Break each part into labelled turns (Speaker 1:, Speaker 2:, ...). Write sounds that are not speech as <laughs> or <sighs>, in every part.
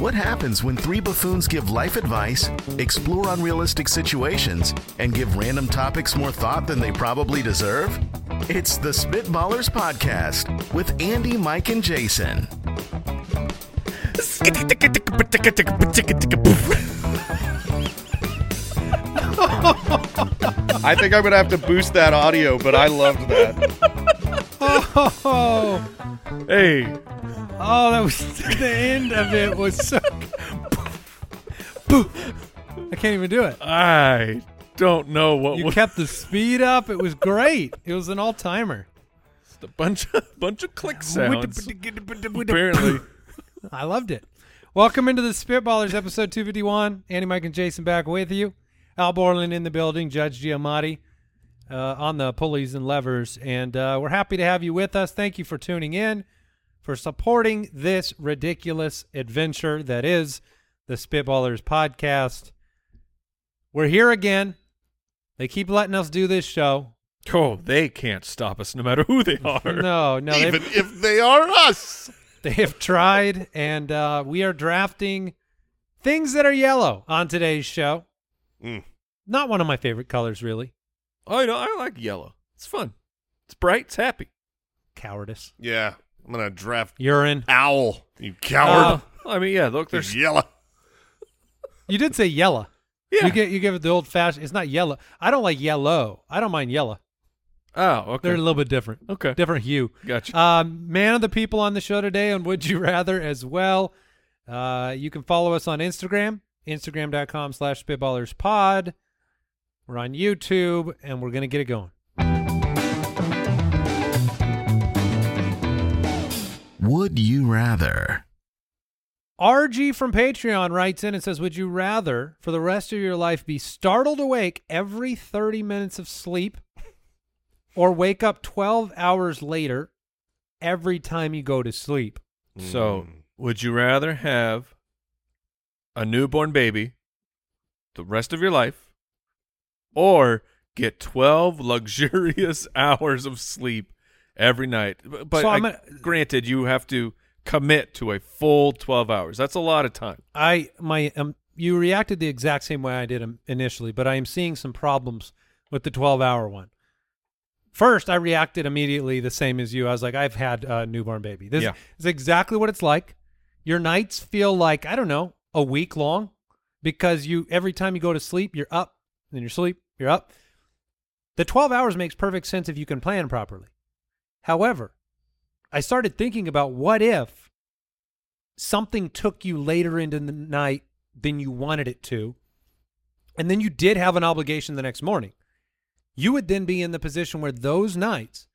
Speaker 1: What happens when three buffoons give life advice, explore unrealistic situations, and give random topics more thought than they probably deserve? It's the Spitballers Podcast with Andy, Mike, and Jason.
Speaker 2: I think I'm gonna have to boost that audio, but I loved that.
Speaker 3: Oh,
Speaker 2: Hey,
Speaker 3: oh, that was <laughs> the end of it was so. <laughs> I can't even do it.
Speaker 2: I don't know what
Speaker 3: You
Speaker 4: Uh,
Speaker 2: was
Speaker 3: kept the speed up. It was great. It was an all timer.
Speaker 2: a bunch of bunch of click sounds. Apparently,
Speaker 3: I loved it. Welcome into the Spitballers, episode 251. Andy, Mike, and Jason back with you. Al Borland in the building, Judge Giamatti uh, on the pulleys and levers. And uh, we're happy to have you with us. Thank you for tuning in, for supporting this ridiculous adventure that is the Spitballers podcast. We're here again. They keep letting us do this show.
Speaker 2: oh, they can't stop us, no matter who they are.
Speaker 3: No, no,
Speaker 5: <laughs>
Speaker 3: they've-
Speaker 5: even if they are us.
Speaker 3: <laughs> They have tried, and uh, we are drafting things that are yellow on today's show.
Speaker 5: Mm.
Speaker 3: Not one of my favorite colors, really.
Speaker 2: I know. I like yellow. It's fun. It's bright. It's happy.
Speaker 3: Cowardice.
Speaker 5: Yeah, I'm gonna draft
Speaker 3: Urine.
Speaker 5: Owl. You
Speaker 3: Oh,
Speaker 5: coward.
Speaker 2: Uh, I mean, yeah. Look,
Speaker 5: They're
Speaker 2: there's
Speaker 5: yellow.
Speaker 3: You did say yellow.
Speaker 2: yeah.
Speaker 3: You get you give it the old fashioned. It's not yellow. I don't like yellow. I don't mind yellow.
Speaker 2: oh,
Speaker 3: They're a
Speaker 2: okay.
Speaker 3: little bit different.
Speaker 2: Okay.
Speaker 3: Different hue.
Speaker 2: Gotcha.
Speaker 3: Um, man of the people on the show today on Would You Rather as well. Uh, you can follow us on Instagram, instagram.com slash spitballerspod. We're on YouTube, and we're going to get it going.
Speaker 1: Would you rather?
Speaker 3: RG from Patreon writes in and says, Would you rather for the rest of your life be startled awake every 30 minutes of sleep or wake up 12 hours later every time you go to sleep?
Speaker 2: So, would you rather have a newborn baby the rest of your life or get 12 <laughs> luxurious <laughs> hours of sleep every night? B- But
Speaker 3: So
Speaker 2: I-
Speaker 3: I'm gonna-
Speaker 2: granted, you have to commit to a full 12 hours. That's a lot of time.
Speaker 3: I, my, um, you reacted the exact same way I did um, initially, but I am seeing some problems with the 12 hour one. First, I reacted immediately the same as you. I was like, I've had a newborn baby. This
Speaker 2: Yeah.
Speaker 3: is exactly what it's like. Your nights feel like, I don't know, a week long because you every time you go to sleep, you're up, then you're sleep, you're up. The 12 hours makes perfect sense if you can plan properly. However, I started thinking about what if something took you later into the night than you wanted it to, and then you did have an obligation the next morning. You would then be in the position where those nights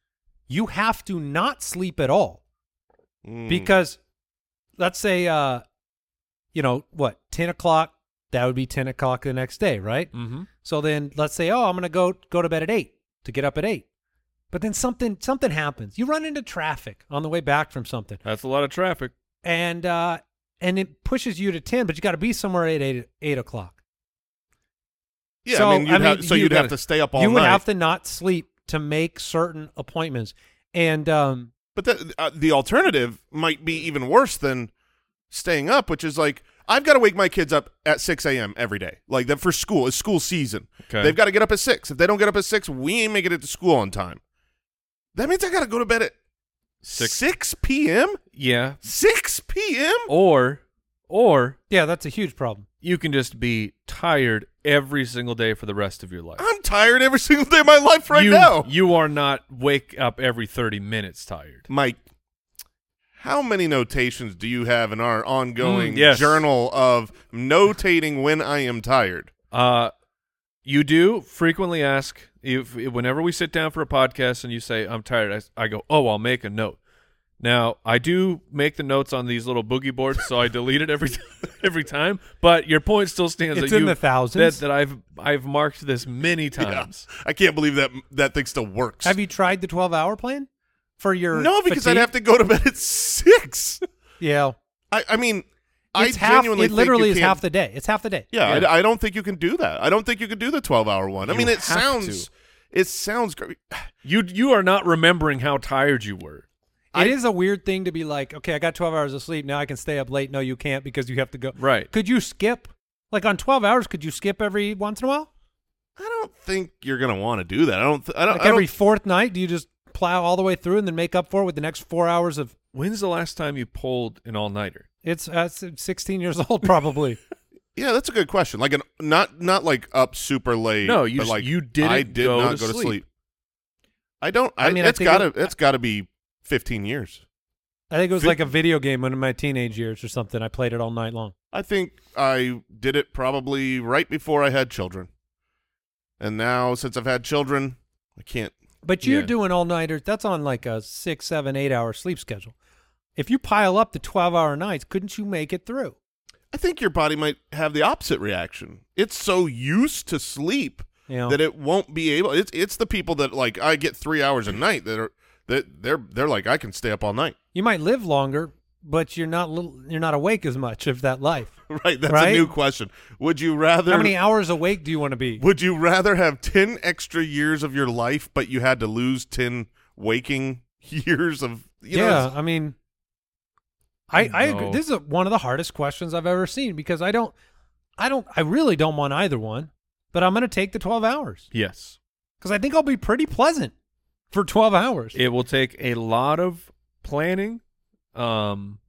Speaker 3: you have to not sleep at all
Speaker 5: Mm.
Speaker 3: because let's say uh you know what 10 o'clock that would be 10 o'clock the next day right
Speaker 2: Mm-hmm.
Speaker 3: so then let's say oh i'm gonna go go to bed at 8 to get up at 8 but then something something happens you run into traffic on the way back from something
Speaker 2: That's a lot of traffic.
Speaker 3: and uh and it pushes you to 10 but you got to be somewhere at 8 8 o'clock
Speaker 5: yeah,
Speaker 3: so
Speaker 5: I mean, you'd have, so
Speaker 3: you
Speaker 5: you'd have
Speaker 3: gotta-
Speaker 5: to stay up all
Speaker 3: you
Speaker 5: night.
Speaker 3: would have to not sleep to make certain appointments and um
Speaker 5: but that, uh, the alternative might be even worse than staying up, which is like I've got to wake my kids up at 6 a.m. every day, like that for school. It's school season.
Speaker 2: Okay.
Speaker 5: They've got to get up at six. If they don't get up at six, we ain't making it to school on time. That means I got to go to bed at
Speaker 4: Six.
Speaker 5: 6 p.m.
Speaker 4: Yeah.
Speaker 5: 6 p.m.
Speaker 4: Or or
Speaker 3: Yeah, that's a huge problem.
Speaker 4: you can just be tired every single day for the rest of your life.
Speaker 5: I'm tired every single day of my life right
Speaker 4: you,
Speaker 5: now.
Speaker 4: You are not wake up every 30 minutes tired.
Speaker 5: Mike, how many notations do you have in our ongoing
Speaker 4: Mm, yes.
Speaker 5: journal of notating when I am tired?
Speaker 4: Uh you do frequently ask if whenever we sit down for a podcast and you say I'm tired, I, s- I go, "Oh, I'll make a note." Now, I do make the notes on these little boogie boards, so I delete it every <laughs> every time, but your point still stands
Speaker 3: It's
Speaker 4: that
Speaker 3: in
Speaker 4: you
Speaker 3: the thousands.
Speaker 4: that, that I've I've marked this many times.
Speaker 5: I can't believe that that thing still works.
Speaker 3: Have you tried the 12 hour plan for your.
Speaker 5: no, because I'd have to go to bed at six.
Speaker 3: Yeah.
Speaker 5: I, I mean,
Speaker 3: It's
Speaker 5: I
Speaker 3: half,
Speaker 5: genuinely
Speaker 3: It literally
Speaker 5: think
Speaker 3: is
Speaker 5: you can't-
Speaker 3: half the day. It's half the day.
Speaker 5: Yeah,
Speaker 4: Yeah.
Speaker 5: I, I don't think you can do that. I don't think you can do the twelve-hour one. I
Speaker 4: You
Speaker 5: mean, it
Speaker 4: have
Speaker 5: sounds,
Speaker 4: to.
Speaker 5: it sounds great.
Speaker 4: You you are not remembering how tired you were.
Speaker 3: It is a weird thing to be like, okay, I got 12 hours of sleep. Now I can stay up late. No, you can't because you have to go.
Speaker 4: Right.
Speaker 3: Could you skip? Like on 12 hours, could you skip every once in a while?
Speaker 5: I don't think you're gonna want to do that. I don't. Th- I don't.
Speaker 3: Like
Speaker 5: I don't-
Speaker 3: every fourth night, do you just plow all the way through and then make up for it with the next four hours of.
Speaker 4: When's the last time you pulled an all nighter?
Speaker 3: It's uh, it's 16 years <laughs> old, probably.
Speaker 5: yeah, that's a good question. Like an not not like up super late.
Speaker 4: No, you
Speaker 5: but
Speaker 4: just-
Speaker 5: like
Speaker 4: you didn't
Speaker 5: I did
Speaker 4: go
Speaker 5: not
Speaker 4: to
Speaker 5: go to
Speaker 4: sleep.
Speaker 5: sleep. I don't. I,
Speaker 3: I mean,
Speaker 5: mean,
Speaker 3: I
Speaker 5: that's
Speaker 3: think
Speaker 5: gotta.
Speaker 3: it-
Speaker 5: that's gotta be fifteen years.
Speaker 3: I think it was
Speaker 5: Fi-
Speaker 3: like a video game when in my teenage years or something. I played it all night long.
Speaker 5: I think I did it probably right before I had children, and now since I've had children, I can't.
Speaker 3: But you're
Speaker 4: Yeah.
Speaker 3: doing all nighters. That's on like a six, seven, eight hour sleep schedule. If you pile up the 12 hour nights, couldn't you make it through?
Speaker 5: I think your body might have the opposite reaction. It's so used to sleep
Speaker 3: You know?
Speaker 5: that it won't be able. It's it's the people that like I get three hours a night that are that they're they're like I can stay up all night.
Speaker 3: you might live longer, but you're not little, you're not awake as much of that life.
Speaker 5: <laughs> Right, that's
Speaker 3: Right?
Speaker 5: a new question. Would you rather?
Speaker 3: How many hours awake do you want to be?
Speaker 5: Would you rather have ten extra years of your life, but you had to lose ten waking <laughs> years of? You know,
Speaker 3: yeah,
Speaker 5: it's-
Speaker 3: I mean, I I
Speaker 4: No.
Speaker 3: agree. This is a, one of the hardest questions I've ever seen because I don't, I don't, I really don't want either one, but I'm gonna take the 12 hours
Speaker 4: Yes.
Speaker 3: because I think I'll be pretty pleasant for 12 hours.
Speaker 4: It will take a lot of planning. Um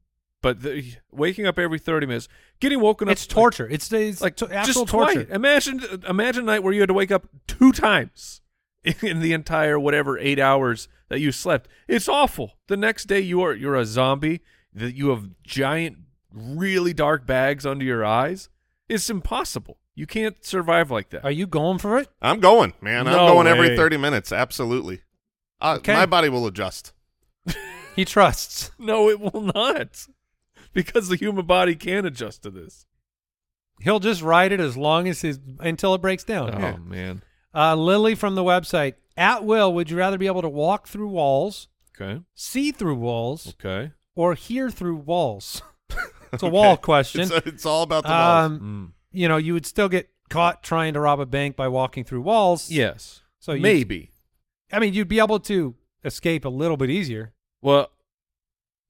Speaker 4: but the, waking up every 30 minutes, getting woken up
Speaker 3: it's torture. It's it's
Speaker 4: like,
Speaker 3: like
Speaker 4: like
Speaker 3: actual
Speaker 4: just
Speaker 3: torture.
Speaker 4: twice. Imagine imagine a night where you had to wake up two times <laughs> in the entire whatever 8 hours that you slept. It's awful. The next day you are you're a zombie. That you have giant really dark bags under your eyes. It's impossible. You can't survive like that.
Speaker 3: Are you going for it?
Speaker 5: I'm going, man.
Speaker 4: No
Speaker 5: I'm going
Speaker 4: way.
Speaker 5: every 30 minutes. Absolutely. I,
Speaker 3: Okay.
Speaker 5: My body will adjust.
Speaker 3: He trusts.
Speaker 4: No, it will not. Because the human body can adjust to this.
Speaker 3: He'll just ride it as long as his until it breaks down.
Speaker 4: Oh, man.
Speaker 3: Uh, Lily from the website at will. Would you rather be able to walk through walls,
Speaker 4: Okay.
Speaker 3: see through walls,
Speaker 4: Okay.
Speaker 3: or hear through walls? <laughs>
Speaker 5: <laughs>
Speaker 3: it's a wall question.
Speaker 5: It's, it's all about the balls.
Speaker 3: um,
Speaker 4: Mm.
Speaker 3: you know, you would still get caught trying to rob a bank by walking through walls.
Speaker 4: Yes.
Speaker 3: So you-
Speaker 4: maybe.
Speaker 3: I mean, you'd be able to escape a little bit easier.
Speaker 4: Well,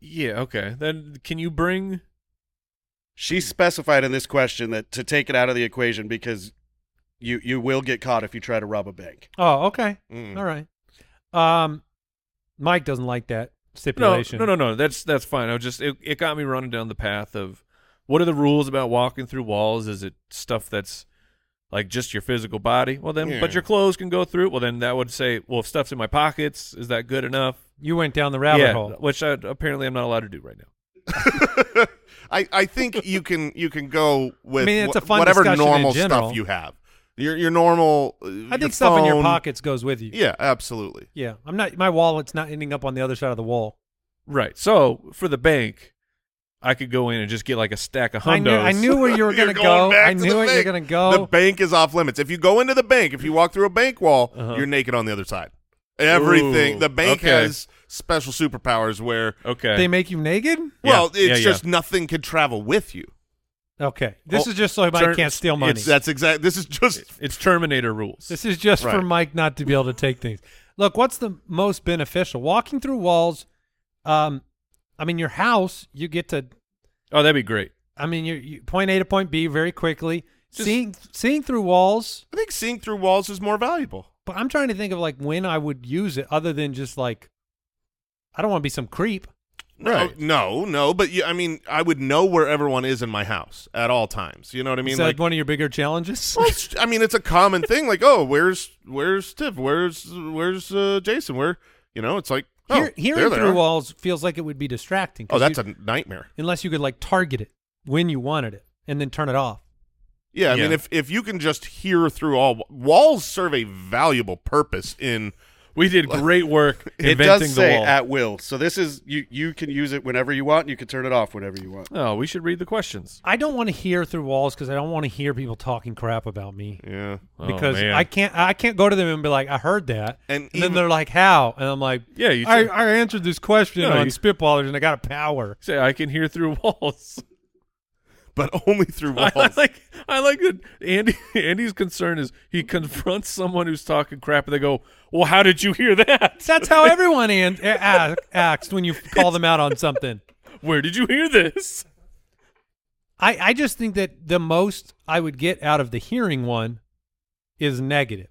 Speaker 4: yeah. Okay. Then can you bring?
Speaker 6: She specified in this question that to take it out of the equation because you you will get caught if you try to rob a bank.
Speaker 3: Oh, okay.
Speaker 5: Mm.
Speaker 3: All right. Um, Mike doesn't like that
Speaker 4: No,
Speaker 3: stipulation.
Speaker 4: no, no, no. That's that's fine. I was just it, it got me running down the path of what are the rules about walking through walls? Is it stuff that's like just your physical body? Well, then, but
Speaker 5: Yeah.
Speaker 4: your clothes can go through. it. Well, then that would say, well, if stuff's in my pockets, is that good enough?
Speaker 3: You went down the rabbit
Speaker 4: yeah,
Speaker 3: hole.
Speaker 4: which I, apparently I'm not allowed to do right now.
Speaker 5: <laughs> I, I think you can you can go with
Speaker 3: I mean, it's
Speaker 5: wha-
Speaker 3: a fun
Speaker 5: whatever
Speaker 3: discussion in
Speaker 5: normal
Speaker 3: general.
Speaker 5: stuff you have. Your your normal. uh,
Speaker 3: I
Speaker 5: your
Speaker 3: think stuff in your
Speaker 5: phone.
Speaker 3: pockets goes with you.
Speaker 5: Yeah, absolutely.
Speaker 3: Yeah, I'm not. My wallet's not ending up on the other side of the wall.
Speaker 4: Right. So for the bank, I could go in and just get like a stack of hundos.
Speaker 3: I knew, I knew where you
Speaker 5: <laughs>
Speaker 3: were
Speaker 5: You're
Speaker 3: gonna go.
Speaker 5: back
Speaker 3: I
Speaker 5: to
Speaker 3: knew
Speaker 5: the
Speaker 3: where you were
Speaker 5: bank.
Speaker 3: gonna
Speaker 5: The
Speaker 3: go.
Speaker 5: bank is off limits. If you go into the bank, if you walk through a bank wall,
Speaker 4: Uh-huh.
Speaker 5: you're naked on the other side. Everything.
Speaker 4: Ooh,
Speaker 5: the bank
Speaker 4: okay.
Speaker 5: has special superpowers where,
Speaker 4: Okay.
Speaker 3: They make you naked?
Speaker 4: Yeah,
Speaker 5: well,
Speaker 4: yeah,
Speaker 5: it's
Speaker 4: yeah.
Speaker 5: just nothing can travel with you.
Speaker 3: Okay. This
Speaker 4: Oh,
Speaker 3: is just so Mike
Speaker 4: turn-
Speaker 3: can't steal money.
Speaker 5: It's, uh, that's exact. This is just
Speaker 4: it's Terminator rules.
Speaker 3: This is just for
Speaker 5: Right.
Speaker 3: Mike not to be able to take things. Look, what's the most beneficial? Walking through walls. Um, I mean, your house, you get to.
Speaker 4: oh, that'd be great.
Speaker 3: I mean, you, you point A to point B very quickly.
Speaker 4: Just-
Speaker 3: seeing seeing through walls.
Speaker 5: I think seeing through walls is more valuable.
Speaker 3: But I'm trying to think of like when I would use it, other than just like I don't want to be some creep.
Speaker 5: Right. no, no, but you, I mean, I would know where everyone is in my house at all times. You know what I mean?
Speaker 3: Is that one of your bigger challenges?
Speaker 5: <laughs> Well, it's- I mean, it's a common thing. Like, oh, where's where's Tiff? Where's where's uh, Jason? Where you know? It's like oh,
Speaker 3: <laughs>
Speaker 5: there
Speaker 3: Hear- hearing
Speaker 5: they
Speaker 3: through
Speaker 5: are.
Speaker 3: walls feels like it would be distracting. 'cause
Speaker 5: Oh, that's
Speaker 3: you-
Speaker 5: a nightmare.
Speaker 3: unless you could like target it when you wanted it and then turn it off.
Speaker 5: Yeah, I
Speaker 4: Yeah.
Speaker 5: mean, if if you can just hear through all walls, serve a valuable purpose in.
Speaker 4: We did great <laughs> work
Speaker 1: It
Speaker 4: inventing
Speaker 1: does
Speaker 4: the
Speaker 1: say
Speaker 4: wall.
Speaker 1: at will. So this is you. You can use it whenever you want. And you can turn it off whenever you want.
Speaker 4: oh, we should read the questions.
Speaker 3: I don't want to hear through walls because I don't want to hear people talking crap about me
Speaker 5: Yeah,
Speaker 4: Oh,
Speaker 3: because
Speaker 4: man.
Speaker 3: I can't I can't go to them and be like I heard that
Speaker 5: And
Speaker 3: then
Speaker 5: even-
Speaker 3: they're like how and I'm like
Speaker 4: Yeah, you
Speaker 3: I,
Speaker 4: said-
Speaker 3: I answered this question
Speaker 4: No,
Speaker 3: on
Speaker 4: you-
Speaker 3: Spitballers and I got a power
Speaker 4: say I can hear through <laughs> walls.
Speaker 5: but only through
Speaker 4: I
Speaker 5: walls.
Speaker 4: like I like that Andy <laughs> Andy's concern is he confronts someone who's talking crap and they go, Well, how did you hear that?
Speaker 3: that's how everyone an- a- a- acts when you call them out on something
Speaker 4: Where did you hear this?
Speaker 3: I I just think that the most I would get out of the hearing one is negative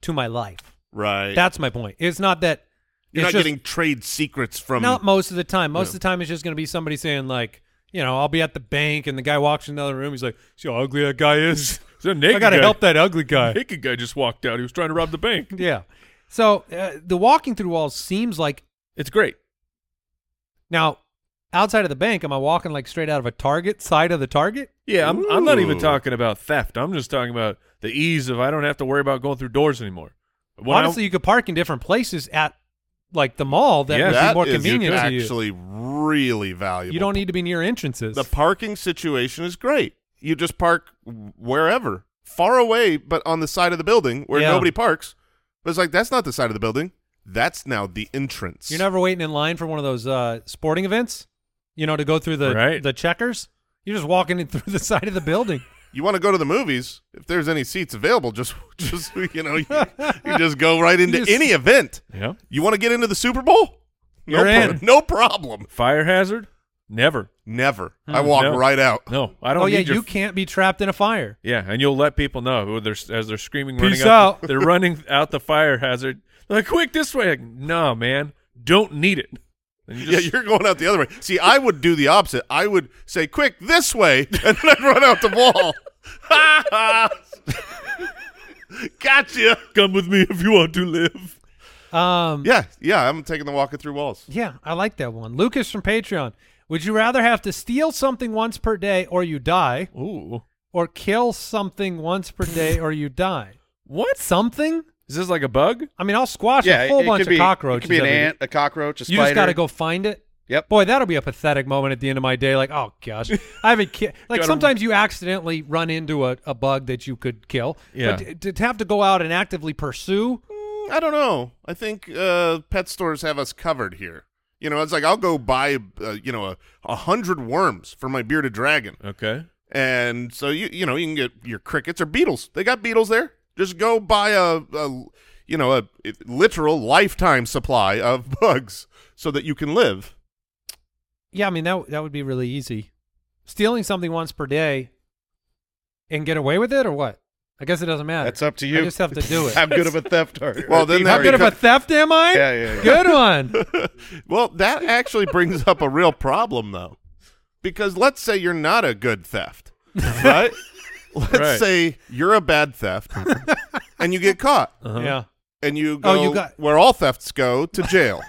Speaker 3: to my life
Speaker 5: right.
Speaker 3: that's my point it's not that
Speaker 5: You're
Speaker 3: it's
Speaker 5: not
Speaker 3: just-
Speaker 5: getting trade secrets from.
Speaker 3: Not most of the time. Most
Speaker 5: Yeah.
Speaker 3: of the time, it's just going to be somebody saying like, you know, I'll be at the bank, and the guy walks in another room. He's like, "See how ugly that
Speaker 5: <laughs>
Speaker 3: guy is?
Speaker 4: The
Speaker 3: I
Speaker 4: naked
Speaker 3: got to
Speaker 4: guy-
Speaker 3: help that ugly guy."
Speaker 4: Naked guy just walked out. He was trying to rob the bank.
Speaker 3: <laughs> yeah. So uh, the walking through walls seems like
Speaker 4: It's great.
Speaker 3: now outside of the bank, am I walking like straight out of a target side of the target?
Speaker 4: Yeah, I'm, I'm not even
Speaker 5: Ooh.
Speaker 4: talking about theft. I'm just talking about the ease of I don't have to worry about going through doors anymore. When I-
Speaker 3: Honestly, you could park in different places at like the mall that
Speaker 4: Yeah,
Speaker 3: would be
Speaker 5: that
Speaker 3: more
Speaker 5: is
Speaker 3: convenient to you.
Speaker 5: actually really valuable.
Speaker 3: You don't need to be near entrances.
Speaker 5: The parking situation is great. You just park wherever, far away, but on the side of the building where
Speaker 3: Yeah.
Speaker 5: nobody parks. But it's like that's not the side of the building. That's now the entrance.
Speaker 3: You're never waiting in line for one of those uh, sporting events, you know, to go through the
Speaker 4: Right.
Speaker 3: the checkers. You're just walking in <laughs> through the side of
Speaker 1: <laughs>
Speaker 3: the building.
Speaker 5: you want to go to the movies? If there's any seats available, <laughs> just just you know, you, you just
Speaker 3: <laughs>
Speaker 5: go right into
Speaker 3: just-
Speaker 5: any event.
Speaker 4: yeah,
Speaker 5: You want to get into the Super Bowl? No
Speaker 3: You're
Speaker 5: prob-
Speaker 3: in.
Speaker 5: No problem.
Speaker 4: fire hazard, never.
Speaker 5: Never. I walk
Speaker 4: no.
Speaker 5: right out.
Speaker 4: No, I don't.
Speaker 3: Oh yeah,
Speaker 4: need your
Speaker 3: you can't be trapped in a fire.
Speaker 4: Yeah, and you'll let people know who they're as they're screaming, running
Speaker 3: Peace
Speaker 4: up-
Speaker 3: out. <laughs>
Speaker 4: They're running out the fire hazard. They're like, quick this way. Like, no, man, don't need it. And you just-
Speaker 5: <laughs> yeah, you're going out the other way. See, I would do the opposite. I would say, "Quick, this way," <laughs> and then I'd run out the wall. <laughs> gotcha.
Speaker 4: come with me if you want to live.
Speaker 3: Um,
Speaker 5: Yeah, yeah. I'm taking the walking through walls.
Speaker 3: yeah, I like that one. Lucas from Patreon. Would you rather have to steal something once per day or you die,
Speaker 4: Ooh,
Speaker 3: or kill something once per day or you die?
Speaker 4: what
Speaker 3: Something?
Speaker 4: is this like a bug?
Speaker 3: I mean, I'll squash
Speaker 1: yeah,
Speaker 3: a whole
Speaker 1: it, it
Speaker 3: bunch
Speaker 1: could
Speaker 3: of
Speaker 1: be,
Speaker 3: cockroaches.
Speaker 1: It could be an
Speaker 3: every day.
Speaker 1: ant, a cockroach, a
Speaker 3: You
Speaker 1: spider.
Speaker 3: just got to go find it.
Speaker 1: Yep.
Speaker 3: Boy, that'll be a pathetic moment at the end of my day. Like, oh gosh, I have a kid. Like
Speaker 4: Gotta-
Speaker 3: sometimes you accidentally run into a, a bug that you could kill.
Speaker 4: Yeah.
Speaker 3: But to, to have to go out and actively pursue,
Speaker 5: Mm, I don't know. I think uh, pet stores have us covered here. You know, it's like I'll go buy, uh, you know, a, a hundred worms for my bearded dragon, <laughs>
Speaker 4: Okay,
Speaker 5: and so you you know you can get your crickets or beetles. They got beetles there. Just go buy a, a you know a literal lifetime supply of <laughs> bugs so that you can live.
Speaker 3: yeah, I mean that that would be really easy. Stealing something once per day and get away with it, or what? I guess it doesn't matter.
Speaker 1: That's up to you.
Speaker 3: I just have to do
Speaker 1: <laughs>
Speaker 3: it.
Speaker 1: How good of a theft are you?
Speaker 5: Well, then
Speaker 3: How
Speaker 5: that
Speaker 3: good of a
Speaker 5: becomes-
Speaker 3: theft am I?
Speaker 1: Yeah, yeah, yeah.
Speaker 3: Good one.
Speaker 5: <laughs> well, that actually brings up a real problem though, because let's say you're not a good theft, right? let's
Speaker 4: Right.
Speaker 5: say you're a bad
Speaker 3: <laughs>
Speaker 5: theft, and you get caught,
Speaker 4: Uh-huh.
Speaker 3: Yeah.
Speaker 5: and you go
Speaker 3: Oh, you got-
Speaker 5: where all thefts go to
Speaker 3: <laughs>
Speaker 5: jail.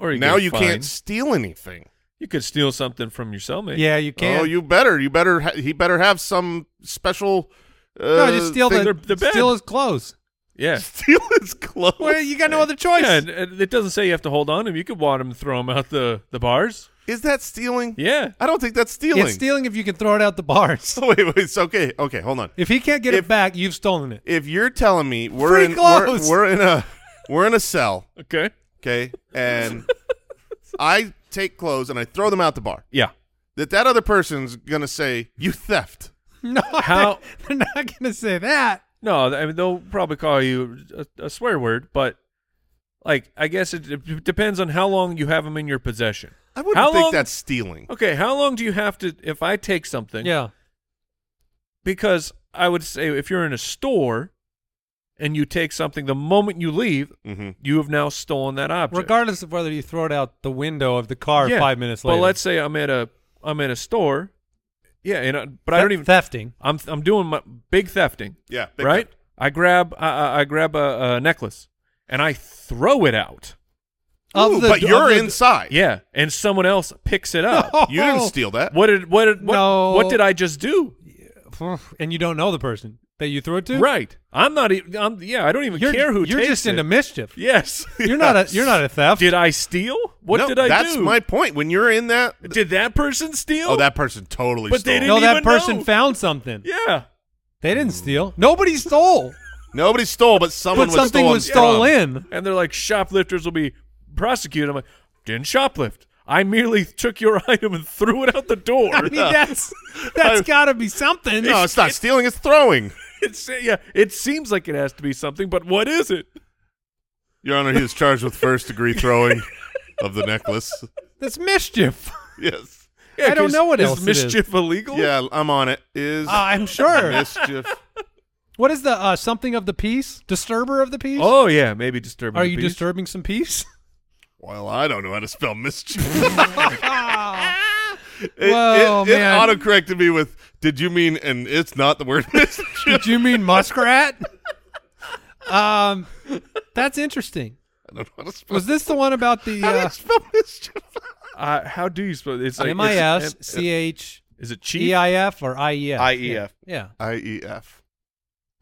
Speaker 4: or you
Speaker 5: now
Speaker 4: get
Speaker 5: you
Speaker 4: fined.
Speaker 5: can't steal anything.
Speaker 4: You could steal something from your cellmate.
Speaker 3: Yeah, you can.
Speaker 5: Oh, you better, you better. Ha- he better have some special. Uh,
Speaker 3: no, just steal
Speaker 5: thing-
Speaker 3: the,
Speaker 4: the bed.
Speaker 3: steal his clothes.
Speaker 4: yeah.
Speaker 5: <laughs> steal his clothes.
Speaker 3: Well, you got no other choice.
Speaker 4: Yeah, and- and it doesn't say you have to hold on to him. You could want him, throw him out the, the bars.
Speaker 5: Is that stealing?
Speaker 4: Yeah,
Speaker 5: I don't think that's stealing.
Speaker 3: It's stealing if you can throw it out
Speaker 4: <laughs>
Speaker 3: the bars.
Speaker 5: Oh, <laughs> wait, wait. It's okay. Okay, hold on.
Speaker 3: If he can't get
Speaker 5: If-
Speaker 3: it back, you've stolen it. <laughs>
Speaker 5: If you're telling me we're
Speaker 3: Free
Speaker 5: in we're,
Speaker 3: clothes.
Speaker 5: we're in a we're in a cell,
Speaker 4: okay,
Speaker 3: <laughs>
Speaker 5: okay, and I take clothes and I throw them out the bar,
Speaker 4: yeah.
Speaker 5: that that other person's gonna say you theft.
Speaker 3: No,
Speaker 4: How-
Speaker 3: they're not going to say that.
Speaker 4: No, I mean they'll probably call you a, a swear word, but like I guess it, d depends on how long you have them in your possession.
Speaker 5: I wouldn't
Speaker 4: How
Speaker 5: think
Speaker 4: long-
Speaker 5: that's stealing.
Speaker 4: Okay, how long do you have to? If I take something,
Speaker 3: Yeah,
Speaker 4: because I would say if you're in a store, and you take something, the moment you leave,
Speaker 5: Mm-hmm.
Speaker 4: you have now stolen that object.
Speaker 3: regardless of whether you throw it out the window of the car
Speaker 4: Yeah,
Speaker 3: five minutes later.
Speaker 4: But let's say I'm at a I'm at a store. Yeah, and I, but I
Speaker 3: Theft-
Speaker 4: don't even.
Speaker 3: thefting.
Speaker 4: I'm I'm doing my big thefting.
Speaker 5: Yeah. big
Speaker 4: right?
Speaker 5: time.
Speaker 4: I grab I, I- I grab a, a necklace and I throw it out.
Speaker 5: Ooh,
Speaker 3: Of the-
Speaker 5: but
Speaker 3: of
Speaker 5: you're
Speaker 3: the-
Speaker 5: inside.
Speaker 4: Yeah, and someone else picks it
Speaker 5: <laughs>
Speaker 4: up.
Speaker 5: You
Speaker 3: Oh.
Speaker 5: didn't steal Oh, that.
Speaker 4: what did what did what,
Speaker 3: No.
Speaker 4: what did I just do?
Speaker 3: <sighs> and you don't know the person that you threw it to.
Speaker 4: Right. I'm not even. I'm, yeah, I don't even
Speaker 3: You're,
Speaker 4: care who.
Speaker 3: You're
Speaker 4: takes
Speaker 3: just
Speaker 4: it.
Speaker 3: into mischief.
Speaker 4: Yes.
Speaker 3: <laughs> You're not a. You're not a
Speaker 4: <laughs>
Speaker 3: theft.
Speaker 4: Did I steal? What
Speaker 5: No,
Speaker 4: did I
Speaker 5: that's
Speaker 4: do?
Speaker 5: my point. When you're in that,
Speaker 4: Did that person steal?
Speaker 5: oh, that person totally
Speaker 4: But
Speaker 5: stole.
Speaker 4: they
Speaker 3: no,
Speaker 4: didn't even
Speaker 3: that person
Speaker 4: know.
Speaker 3: found something.
Speaker 4: Yeah.
Speaker 3: They didn't steal. Nobody
Speaker 4: <laughs>
Speaker 3: stole.
Speaker 5: Nobody stole, but someone
Speaker 3: but
Speaker 5: was
Speaker 3: something
Speaker 5: stolen
Speaker 3: was stolen.
Speaker 4: And they're like, shoplifters will be prosecuted. I'm like, didn't shoplift. I merely took your <laughs> item and threw it out the door.
Speaker 3: <laughs> I
Speaker 5: <laughs>
Speaker 3: mean, that's
Speaker 4: <laughs>
Speaker 3: that's
Speaker 5: I-
Speaker 3: got to be something.
Speaker 5: No, it's not stealing. It's throwing.
Speaker 4: It's yeah. It seems like it has to be something, but what is it?
Speaker 5: Your Honor, he is charged with first degree throwing of the necklace. <laughs>
Speaker 3: that's mischief.
Speaker 5: Yes.
Speaker 4: Yeah,
Speaker 3: I don't
Speaker 4: 'cause
Speaker 3: know what
Speaker 4: is
Speaker 3: else it is.
Speaker 4: mischief illegal?
Speaker 5: Yeah, I'm on it. Is
Speaker 3: Uh,
Speaker 4: Ah,
Speaker 5: <laughs>
Speaker 3: I'm sure.
Speaker 5: mischief?
Speaker 3: what is the uh, something of the peace? Disturber of the peace?
Speaker 4: Oh yeah, maybe disturbing.
Speaker 3: Are
Speaker 4: the
Speaker 3: you
Speaker 4: peace.
Speaker 3: disturbing some peace? <laughs>
Speaker 5: Well, I don't know how to spell mischief. <laughs> it, it,
Speaker 3: Whoa,
Speaker 5: it
Speaker 3: man.
Speaker 5: auto-corrected me with, "Did you mean?" And it's not the word <laughs> mischief.
Speaker 3: Do you mean muskrat? <laughs> um, that's interesting.
Speaker 5: I don't know how to spell.
Speaker 3: Was this the one about the
Speaker 5: How do you
Speaker 3: uh,
Speaker 5: spell mischief?
Speaker 4: Uh, how do you spell? It's like
Speaker 3: M I S
Speaker 4: it's-
Speaker 3: C H
Speaker 4: Is it chief?
Speaker 3: E I F or I E F?
Speaker 7: IEF.
Speaker 3: Yeah,
Speaker 5: I E F.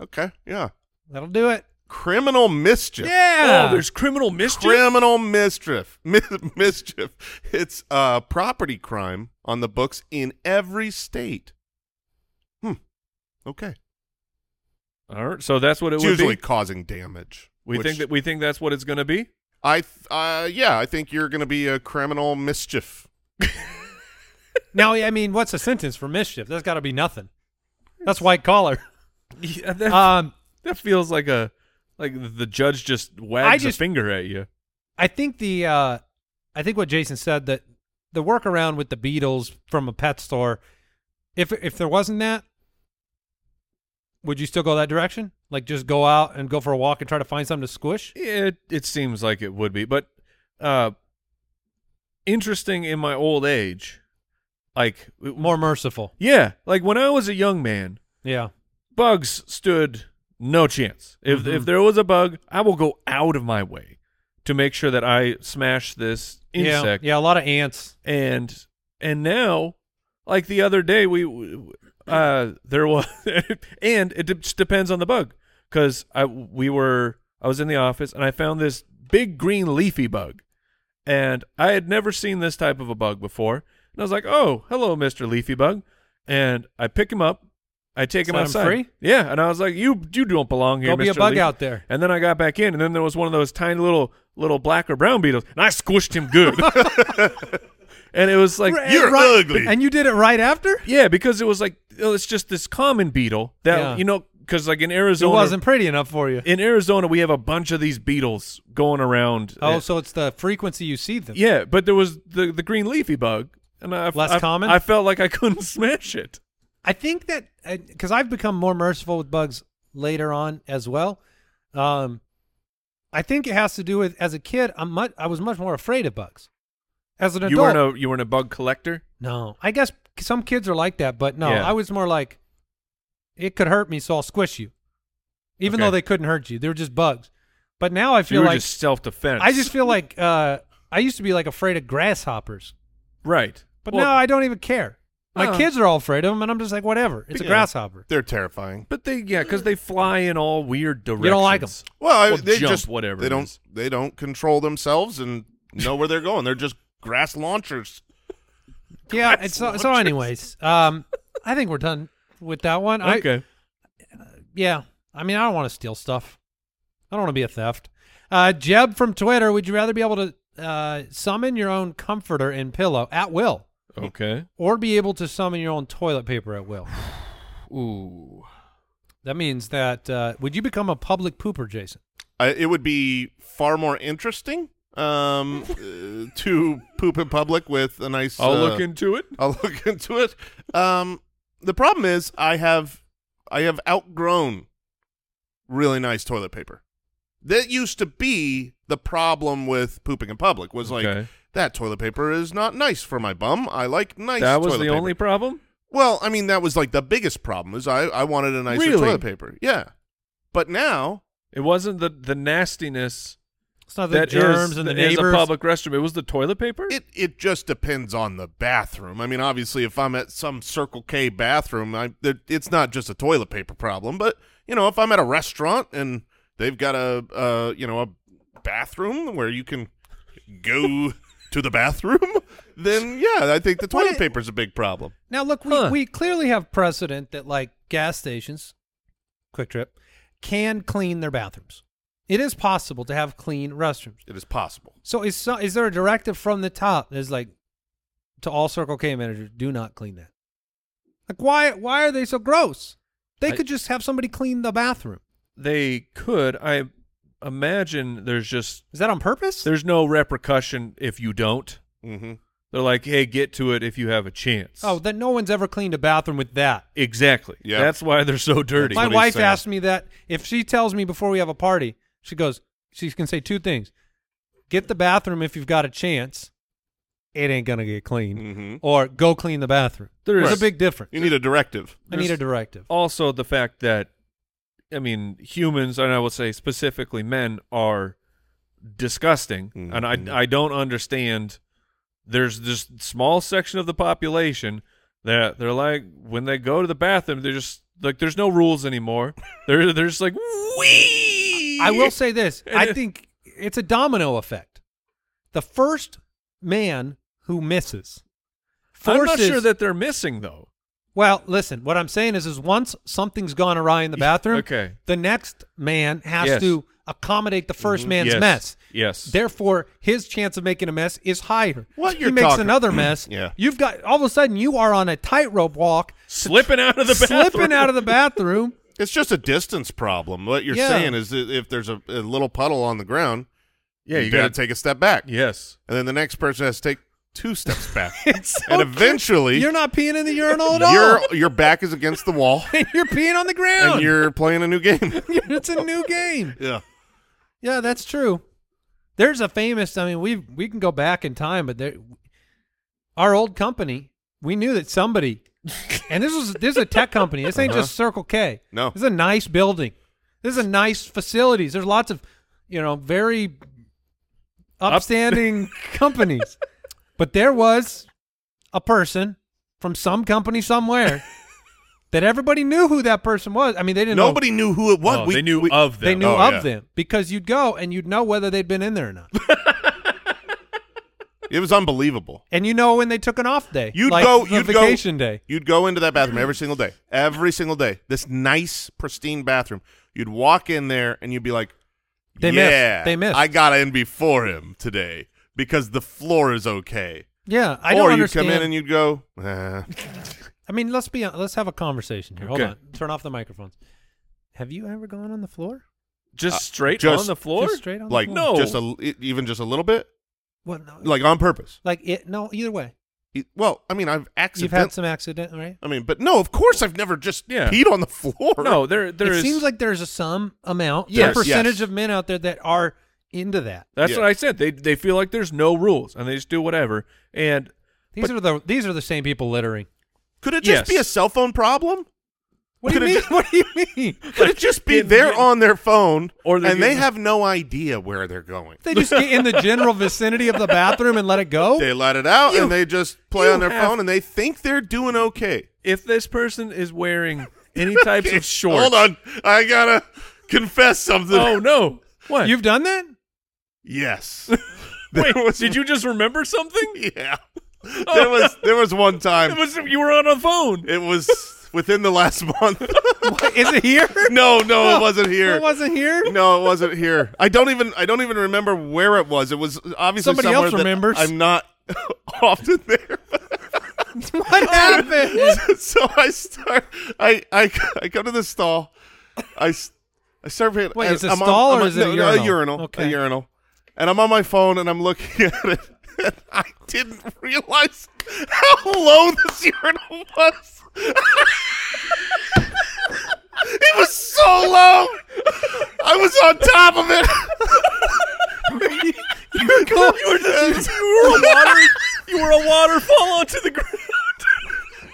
Speaker 5: Okay. Yeah.
Speaker 3: that'll do it.
Speaker 5: Criminal mischief.
Speaker 3: Yeah.
Speaker 4: Oh, there's criminal mischief.
Speaker 5: Criminal mischief. <laughs> Mi- mischief. It's a uh, property crime on the books in every state. Hmm. Okay.
Speaker 4: All right, so that's what it
Speaker 5: It's
Speaker 4: would
Speaker 5: usually
Speaker 4: be.
Speaker 5: causing damage.
Speaker 4: We
Speaker 5: which
Speaker 4: think that we think that's what it's going to be. <laughs>
Speaker 5: I th- uh yeah, I think you're going to be a criminal mischief.
Speaker 3: Now, I mean, what's a sentence for mischief? That's got to be nothing. That's white collar.
Speaker 4: Yeah, that,
Speaker 3: Um,
Speaker 4: that feels like a like the judge just
Speaker 3: I
Speaker 4: wags
Speaker 3: just-
Speaker 4: a finger at you.
Speaker 3: I think the uh, I think what Jason said that the workaround with the Beatles from a pet store, if if there wasn't that, would you still go that direction? Like just go out and go for a walk and try to find something to squish?
Speaker 4: It it seems like it would be, but uh, interesting in my old age, like
Speaker 3: More merciful.
Speaker 4: Yeah, like when I was a young man,
Speaker 3: Yeah.
Speaker 4: bugs stood no chance. If
Speaker 3: Mhm.
Speaker 4: if there was a bug, I will go out of my way to make sure that I smash this insect.
Speaker 3: Yeah. Yeah. A lot of ants.
Speaker 4: And and now, like the other day, we uh there was, <laughs> and it de- just depends on the bug because I we were I was in the office and I found this big green leafy bug, and I had never seen this type of a bug before. And I was like, "Oh, hello, Mister Leafy Bug," and I pick him up. I take him
Speaker 3: Set him
Speaker 4: outside.
Speaker 3: free?
Speaker 4: Yeah, and I was like, "You you don't belong here."
Speaker 3: Go be a
Speaker 4: Mr.
Speaker 3: bug
Speaker 4: Leafy."
Speaker 3: out there.
Speaker 4: And then I got back in, and then there was one of those tiny little little black or brown beetles, and I squished him
Speaker 3: <laughs>
Speaker 4: good. and it was like
Speaker 3: Right.
Speaker 5: You're
Speaker 3: right-
Speaker 5: ugly.
Speaker 3: And you did it right after?
Speaker 4: yeah, because it was like oh, it's just this common beetle that
Speaker 3: Yeah.
Speaker 4: you know, because like in
Speaker 3: It
Speaker 4: Arizona,
Speaker 3: wasn't pretty enough for you.
Speaker 4: in Arizona we have a bunch of these beetles going around.
Speaker 3: Oh,
Speaker 4: Uh,
Speaker 3: so it's the frequency you see them.
Speaker 4: yeah, but there was the the green leafy bug, and I
Speaker 3: Less
Speaker 4: I-
Speaker 3: common?
Speaker 4: I felt like I <laughs> couldn't smash it.
Speaker 3: I think that because I've become more merciful with bugs later on as well. Um, I think it has to do with as a kid, I'm much, I was much more afraid of bugs. As an
Speaker 4: you
Speaker 3: adult,
Speaker 4: weren't a you weren't a bug collector.
Speaker 3: no, I guess some kids are like that, but no,
Speaker 4: Yeah.
Speaker 3: I was more like, it could hurt me, so I'll squish you, even
Speaker 4: Okay.
Speaker 3: though they couldn't hurt you. They were just bugs. But now I
Speaker 4: You
Speaker 3: feel
Speaker 4: were
Speaker 3: like
Speaker 4: just self defense.
Speaker 3: I just feel like uh, I used to be like afraid of grasshoppers,
Speaker 4: right,
Speaker 3: but
Speaker 4: Well,
Speaker 3: now I don't even care. My
Speaker 4: Uh.
Speaker 3: kids are all afraid of them, and I'm just like, whatever. It's a
Speaker 5: Yeah.
Speaker 3: grasshopper.
Speaker 5: They're terrifying.
Speaker 4: But they, yeah, because they fly in all weird directions.
Speaker 3: You don't like
Speaker 5: Well, I
Speaker 4: Well,
Speaker 5: they
Speaker 4: jump,
Speaker 5: just
Speaker 4: whatever
Speaker 5: They
Speaker 4: it
Speaker 5: don't
Speaker 4: is.
Speaker 5: they don't control themselves and know where they're going. They're just grass launchers.
Speaker 3: Yeah. And so, so anyways, um, I think we're done with that one. I,
Speaker 4: Okay.
Speaker 3: yeah. I mean, I don't want to steal stuff. I don't want to be a theft. Uh, Jeb from Twitter, would you rather be able to uh, summon your own comforter and pillow at will
Speaker 4: Okay.
Speaker 3: or be able to summon your own toilet paper at will?
Speaker 4: <sighs> Ooh.
Speaker 3: That means that uh, would you become a public pooper, Jason?
Speaker 5: I, it would be far more interesting um, uh, to poop in public with a nice.
Speaker 4: I'll
Speaker 5: uh,
Speaker 4: look into it.
Speaker 5: I'll look <laughs> into it. Um, the problem is, I have I have outgrown really nice toilet paper. That used to be the problem with pooping in public was like
Speaker 4: Okay.
Speaker 5: that toilet paper is not nice for my bum. I like nice.
Speaker 4: that was
Speaker 5: toilet
Speaker 4: the
Speaker 5: paper.
Speaker 4: only problem.
Speaker 5: Well, I mean, that was like the biggest problem is I, I wanted a nicer
Speaker 4: Really?
Speaker 5: toilet paper. Yeah. But now,
Speaker 4: It wasn't the the nastiness
Speaker 3: It's not the
Speaker 4: that is
Speaker 3: germs and the
Speaker 4: that is a
Speaker 3: neighbors.
Speaker 4: public restroom. It was the toilet paper.
Speaker 5: it, it just depends on the bathroom. I mean, obviously, if I'm at some Circle K bathroom, I, there, it's not just a toilet paper problem. But, you know, if I'm at a restaurant and they've got a, uh, you know, a bathroom where you can go to the bathroom, then, yeah, I think the toilet paper is a big problem.
Speaker 3: Now look, we,
Speaker 4: Huh.
Speaker 3: we clearly have precedent that like gas stations, Quick Trip, can clean their bathrooms. It is possible to have clean restrooms.
Speaker 5: It is possible.
Speaker 3: So is so, is there a directive from the top that's like to all Circle K managers, do not clean that? Like why why are they so gross? They
Speaker 4: I-
Speaker 3: could just have somebody clean the bathroom.
Speaker 4: they could. I imagine there's just
Speaker 3: Is that on purpose?
Speaker 4: there's no repercussion if you don't.
Speaker 5: hmm
Speaker 4: They're like, hey, get to it if you have a chance.
Speaker 3: oh, then no one's ever cleaned a bathroom with that.
Speaker 4: exactly.
Speaker 5: Yeah.
Speaker 4: that's why they're so dirty.
Speaker 3: My
Speaker 5: what he's
Speaker 3: wife
Speaker 5: saying.
Speaker 3: asked me that if she tells me before we have a party, she goes, she can say two things: get the bathroom if you've got a chance, it ain't gonna get clean,
Speaker 4: Mm-hmm.
Speaker 5: Mhm.
Speaker 3: or go clean the bathroom.
Speaker 4: There
Speaker 3: There's
Speaker 4: is-
Speaker 3: a big difference.
Speaker 5: You need a directive.
Speaker 3: I need
Speaker 4: <laughs>
Speaker 3: a directive.
Speaker 4: also the fact that I mean humans and I would say specifically men are disgusting
Speaker 5: Mm-hmm.
Speaker 4: and I I don't understand there's this small section of the population that they're like when they go to the bathroom they're just like there's no rules
Speaker 5: <laughs>
Speaker 4: anymore they're they're just like wee
Speaker 3: I will say this:
Speaker 4: And
Speaker 3: I
Speaker 4: <laughs> it-
Speaker 3: think it's a domino effect. The first man who misses forces.
Speaker 4: I'm not sure that they're missing though
Speaker 3: Well, listen. What I'm saying is, is once something's gone awry
Speaker 4: <laughs>
Speaker 3: in the bathroom,
Speaker 4: okay.
Speaker 3: the next man has
Speaker 4: Yes. Mm-hmm.
Speaker 3: to accommodate the 1st man's
Speaker 4: yes.
Speaker 3: mess.
Speaker 4: yes
Speaker 3: Therefore, his chance of making a mess is higher.
Speaker 5: What
Speaker 3: he
Speaker 5: you're
Speaker 3: makes
Speaker 5: talking- <clears throat>
Speaker 3: another mess.
Speaker 5: Yeah.
Speaker 3: You've got all of a sudden you are on a
Speaker 5: <laughs>
Speaker 3: tightrope walk,
Speaker 4: slipping out of the bathroom
Speaker 3: slipping out of the bathroom.
Speaker 5: It's just a distance problem. What you're
Speaker 3: Yeah.
Speaker 5: saying is that if there's a, a little puddle on the ground,
Speaker 4: yeah
Speaker 5: you,
Speaker 4: you
Speaker 5: got
Speaker 4: gotta
Speaker 5: to take a step back,
Speaker 4: yes
Speaker 5: and then the next person has to take two steps back,
Speaker 3: <laughs> It's so
Speaker 5: and
Speaker 3: cr-
Speaker 5: eventually
Speaker 3: you're not peeing in the urinal at all.
Speaker 5: your your back is against the wall,
Speaker 3: and <laughs> you're peeing on the ground.
Speaker 5: and you're playing a new
Speaker 3: <laughs>
Speaker 5: game.
Speaker 3: it's a new game.
Speaker 5: yeah,
Speaker 3: Yeah, that's true. There's a famous. I mean, we we can go back in time, but there, our old company, we knew that somebody, and this was this is a tech company. This ain't just Circle K.
Speaker 5: Uh-huh. No.
Speaker 3: this is a nice building. This is a nice facilities. There's lots of, you know, very
Speaker 5: <laughs>
Speaker 3: upstanding companies, but there was a person from some
Speaker 5: <laughs>
Speaker 3: company somewhere that everybody knew who that person was. I mean, they didn't. know-
Speaker 5: nobody knew who it was.
Speaker 4: Oh,
Speaker 5: We-
Speaker 4: they knew
Speaker 5: we-
Speaker 4: of them
Speaker 3: they knew
Speaker 5: Oh,
Speaker 3: of
Speaker 5: yeah.
Speaker 3: them because you'd go and you'd know whether they'd been in there or not. <laughs>
Speaker 5: it was unbelievable.
Speaker 3: and you know when they took an off day.
Speaker 5: You'd
Speaker 3: like
Speaker 5: go.
Speaker 3: the
Speaker 5: You'd
Speaker 3: vacation
Speaker 5: go,
Speaker 3: day.
Speaker 5: You'd go into that bathroom every single day. Every single day. This nice, pristine bathroom. You'd walk in there and you'd be like,
Speaker 3: They missed.
Speaker 5: yeah,
Speaker 3: They missed."
Speaker 5: I got in before him today because the floor is okay.
Speaker 3: Yeah, I
Speaker 5: or
Speaker 3: don't
Speaker 5: you
Speaker 3: understand.
Speaker 5: come in and you go, eh.
Speaker 3: I mean, let's be hon- let's have a conversation here. Hold
Speaker 4: Okay.
Speaker 3: on. Turn off the microphones. Have you ever gone on the floor?
Speaker 4: just
Speaker 5: Uh,
Speaker 4: straight
Speaker 5: just-
Speaker 4: on the floor
Speaker 3: Just straight on
Speaker 5: like
Speaker 3: the floor?
Speaker 4: No.
Speaker 5: just a it- even just a little bit,
Speaker 3: What? No.
Speaker 5: like on purpose.
Speaker 3: Like it? No. Either way,
Speaker 5: It- Well, I mean, I've
Speaker 3: you've had
Speaker 5: accidentally.
Speaker 3: some accident, right?
Speaker 5: I mean, but no, of course I've never just
Speaker 4: Yeah.
Speaker 5: peed on the floor.
Speaker 4: no there there
Speaker 3: it
Speaker 4: is-
Speaker 3: seems like there's a some amount,
Speaker 5: Yes,
Speaker 3: a percentage
Speaker 5: yes.
Speaker 3: of men out there that are into that.
Speaker 4: That's
Speaker 5: Yeah.
Speaker 4: what I said. They they feel like there's no rules and they just do whatever. And
Speaker 3: These are the these are the same people littering.
Speaker 5: could it just
Speaker 4: Yes.
Speaker 5: be a cell phone problem?
Speaker 3: What do
Speaker 5: Could it
Speaker 3: you mean? <laughs>
Speaker 5: just-
Speaker 3: What do you mean?
Speaker 5: Could it just be
Speaker 4: it-
Speaker 5: they're
Speaker 4: it-
Speaker 5: on their phone
Speaker 4: Or they're
Speaker 5: and they
Speaker 4: getting-
Speaker 5: have no idea where they're going?
Speaker 3: They just get in the general vicinity of the bathroom and let it go.
Speaker 5: They let it out
Speaker 4: You-
Speaker 5: and they just play
Speaker 4: you
Speaker 5: on their
Speaker 4: have-
Speaker 5: phone and they think they're doing okay.
Speaker 4: if this person is
Speaker 5: <laughs>
Speaker 4: wearing any types of shorts,
Speaker 5: Hold on, I gotta confess
Speaker 4: <laughs>
Speaker 5: something.
Speaker 4: Oh no! What?
Speaker 3: You've done that?
Speaker 4: <laughs>
Speaker 5: Yes.
Speaker 4: Wait,
Speaker 5: was-
Speaker 4: did you just remember something?
Speaker 5: <laughs> yeah. There was there was one
Speaker 4: <laughs> It
Speaker 5: time
Speaker 4: was you were on a phone.
Speaker 5: it was within the last
Speaker 4: <laughs>
Speaker 5: <laughs> month.
Speaker 3: What, is it here?
Speaker 5: <laughs> No, no, it wasn't
Speaker 3: It
Speaker 5: here.
Speaker 3: wasn't here.
Speaker 5: No, it wasn't here. I don't even I don't even remember where it was. It was obviously
Speaker 3: Somebody
Speaker 5: somewhere
Speaker 3: else
Speaker 5: that
Speaker 3: remembers.
Speaker 5: I'm not <laughs> often there. <laughs>
Speaker 3: What happened?
Speaker 5: so I start. I I I go to the stall. I s- I start. Wait,
Speaker 3: Wait, it's a stall or is it a urinal?
Speaker 5: A urinal.
Speaker 3: Okay.
Speaker 5: A urinal. And I'm on my phone and I'm looking <laughs> at it. And I didn't realize how low this urinal <laughs> was. it was so low. I was on top of it.
Speaker 4: <laughs> you, were just, you, you were a water. You were a waterfall onto the
Speaker 5: <laughs>
Speaker 4: ground.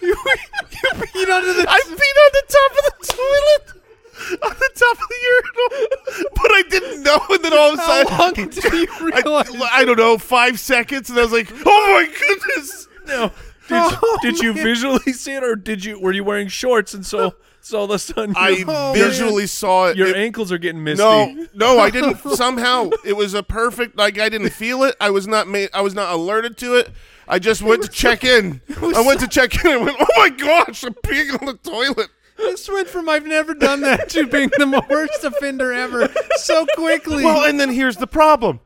Speaker 4: you, you peed onto the.
Speaker 5: I peed on the top of the toilet, on the top of the urinal, but I didn't know. And then all of a
Speaker 3: How
Speaker 5: sudden, <laughs>
Speaker 3: long until you realize?
Speaker 5: I, I don't know, five seconds, and I was like, "Oh my goodness!"
Speaker 4: No. Did, <laughs>
Speaker 3: Oh,
Speaker 4: did you <laughs>
Speaker 3: man.
Speaker 4: visually see it, or did you were you wearing shorts and so so all of a sudden
Speaker 5: I
Speaker 3: man.
Speaker 5: visually saw it.
Speaker 4: your
Speaker 5: It-
Speaker 4: ankles are getting misty?
Speaker 5: no, no, I didn't. Somehow, it was a perfect. Like I didn't feel it. I was not made. I was not alerted to it. I just went to check in. I went to check in and went, "Oh my gosh, I'm peeing on the toilet."
Speaker 3: This went from I've never done that to being the worst offender ever so quickly.
Speaker 5: Well, and then here's the problem.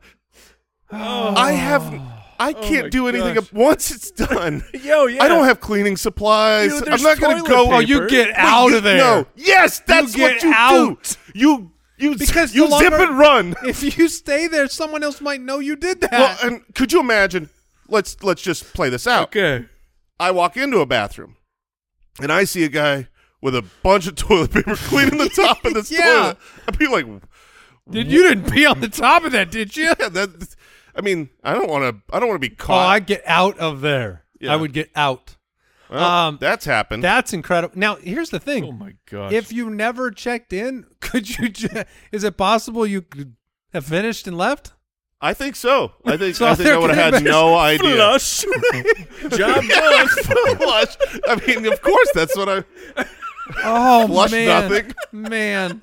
Speaker 5: I have. I can't
Speaker 4: my
Speaker 5: do anything
Speaker 4: gosh.
Speaker 5: ab- <laughs> once it's done.
Speaker 4: Yo, yeah.
Speaker 5: I don't have cleaning supplies.
Speaker 4: Dude,
Speaker 5: I'm
Speaker 4: there's
Speaker 5: not going
Speaker 4: toilet
Speaker 5: to go.
Speaker 4: paper.
Speaker 3: oh, you get out
Speaker 5: You-
Speaker 3: of <laughs> there.
Speaker 5: No. Yes, that's
Speaker 3: get
Speaker 5: what you
Speaker 3: out.
Speaker 5: do. You you
Speaker 3: Because
Speaker 5: you
Speaker 3: the longer-
Speaker 5: zip and
Speaker 3: <laughs>
Speaker 5: run.
Speaker 3: If you stay there, someone else might know you did that.
Speaker 5: Well, and could you imagine? Let's let's just play this out.
Speaker 4: Okay.
Speaker 5: I walk into a bathroom, and I see a guy with a bunch of <laughs> toilet paper cleaning the top of this
Speaker 3: Yeah.
Speaker 5: toilet. I'd be like,
Speaker 3: Did you didn't pee on the top of that, did you?
Speaker 5: yeah, that. I mean, I don't want to. I don't want to be
Speaker 3: Oh,
Speaker 5: caught.
Speaker 3: I get out of there.
Speaker 5: Yeah.
Speaker 3: I would get out.
Speaker 5: Well,
Speaker 3: um,
Speaker 5: that's happened.
Speaker 3: That's incredible. Now, here's the thing.
Speaker 4: Oh my gosh.
Speaker 3: if you never checked in, <laughs> could you? ju- Is it possible you could have finished and left?
Speaker 5: I think so. I think
Speaker 3: <laughs> So
Speaker 5: I think
Speaker 3: there
Speaker 5: I would
Speaker 3: could've
Speaker 5: have had
Speaker 3: been-
Speaker 5: no
Speaker 3: <laughs>
Speaker 5: idea.
Speaker 4: Flush. <laughs> Job
Speaker 5: <laughs>
Speaker 4: done.
Speaker 5: Flush. I mean, of course, that's what I.
Speaker 3: Oh
Speaker 5: Flush
Speaker 3: man,
Speaker 5: nothing.
Speaker 3: <laughs> man,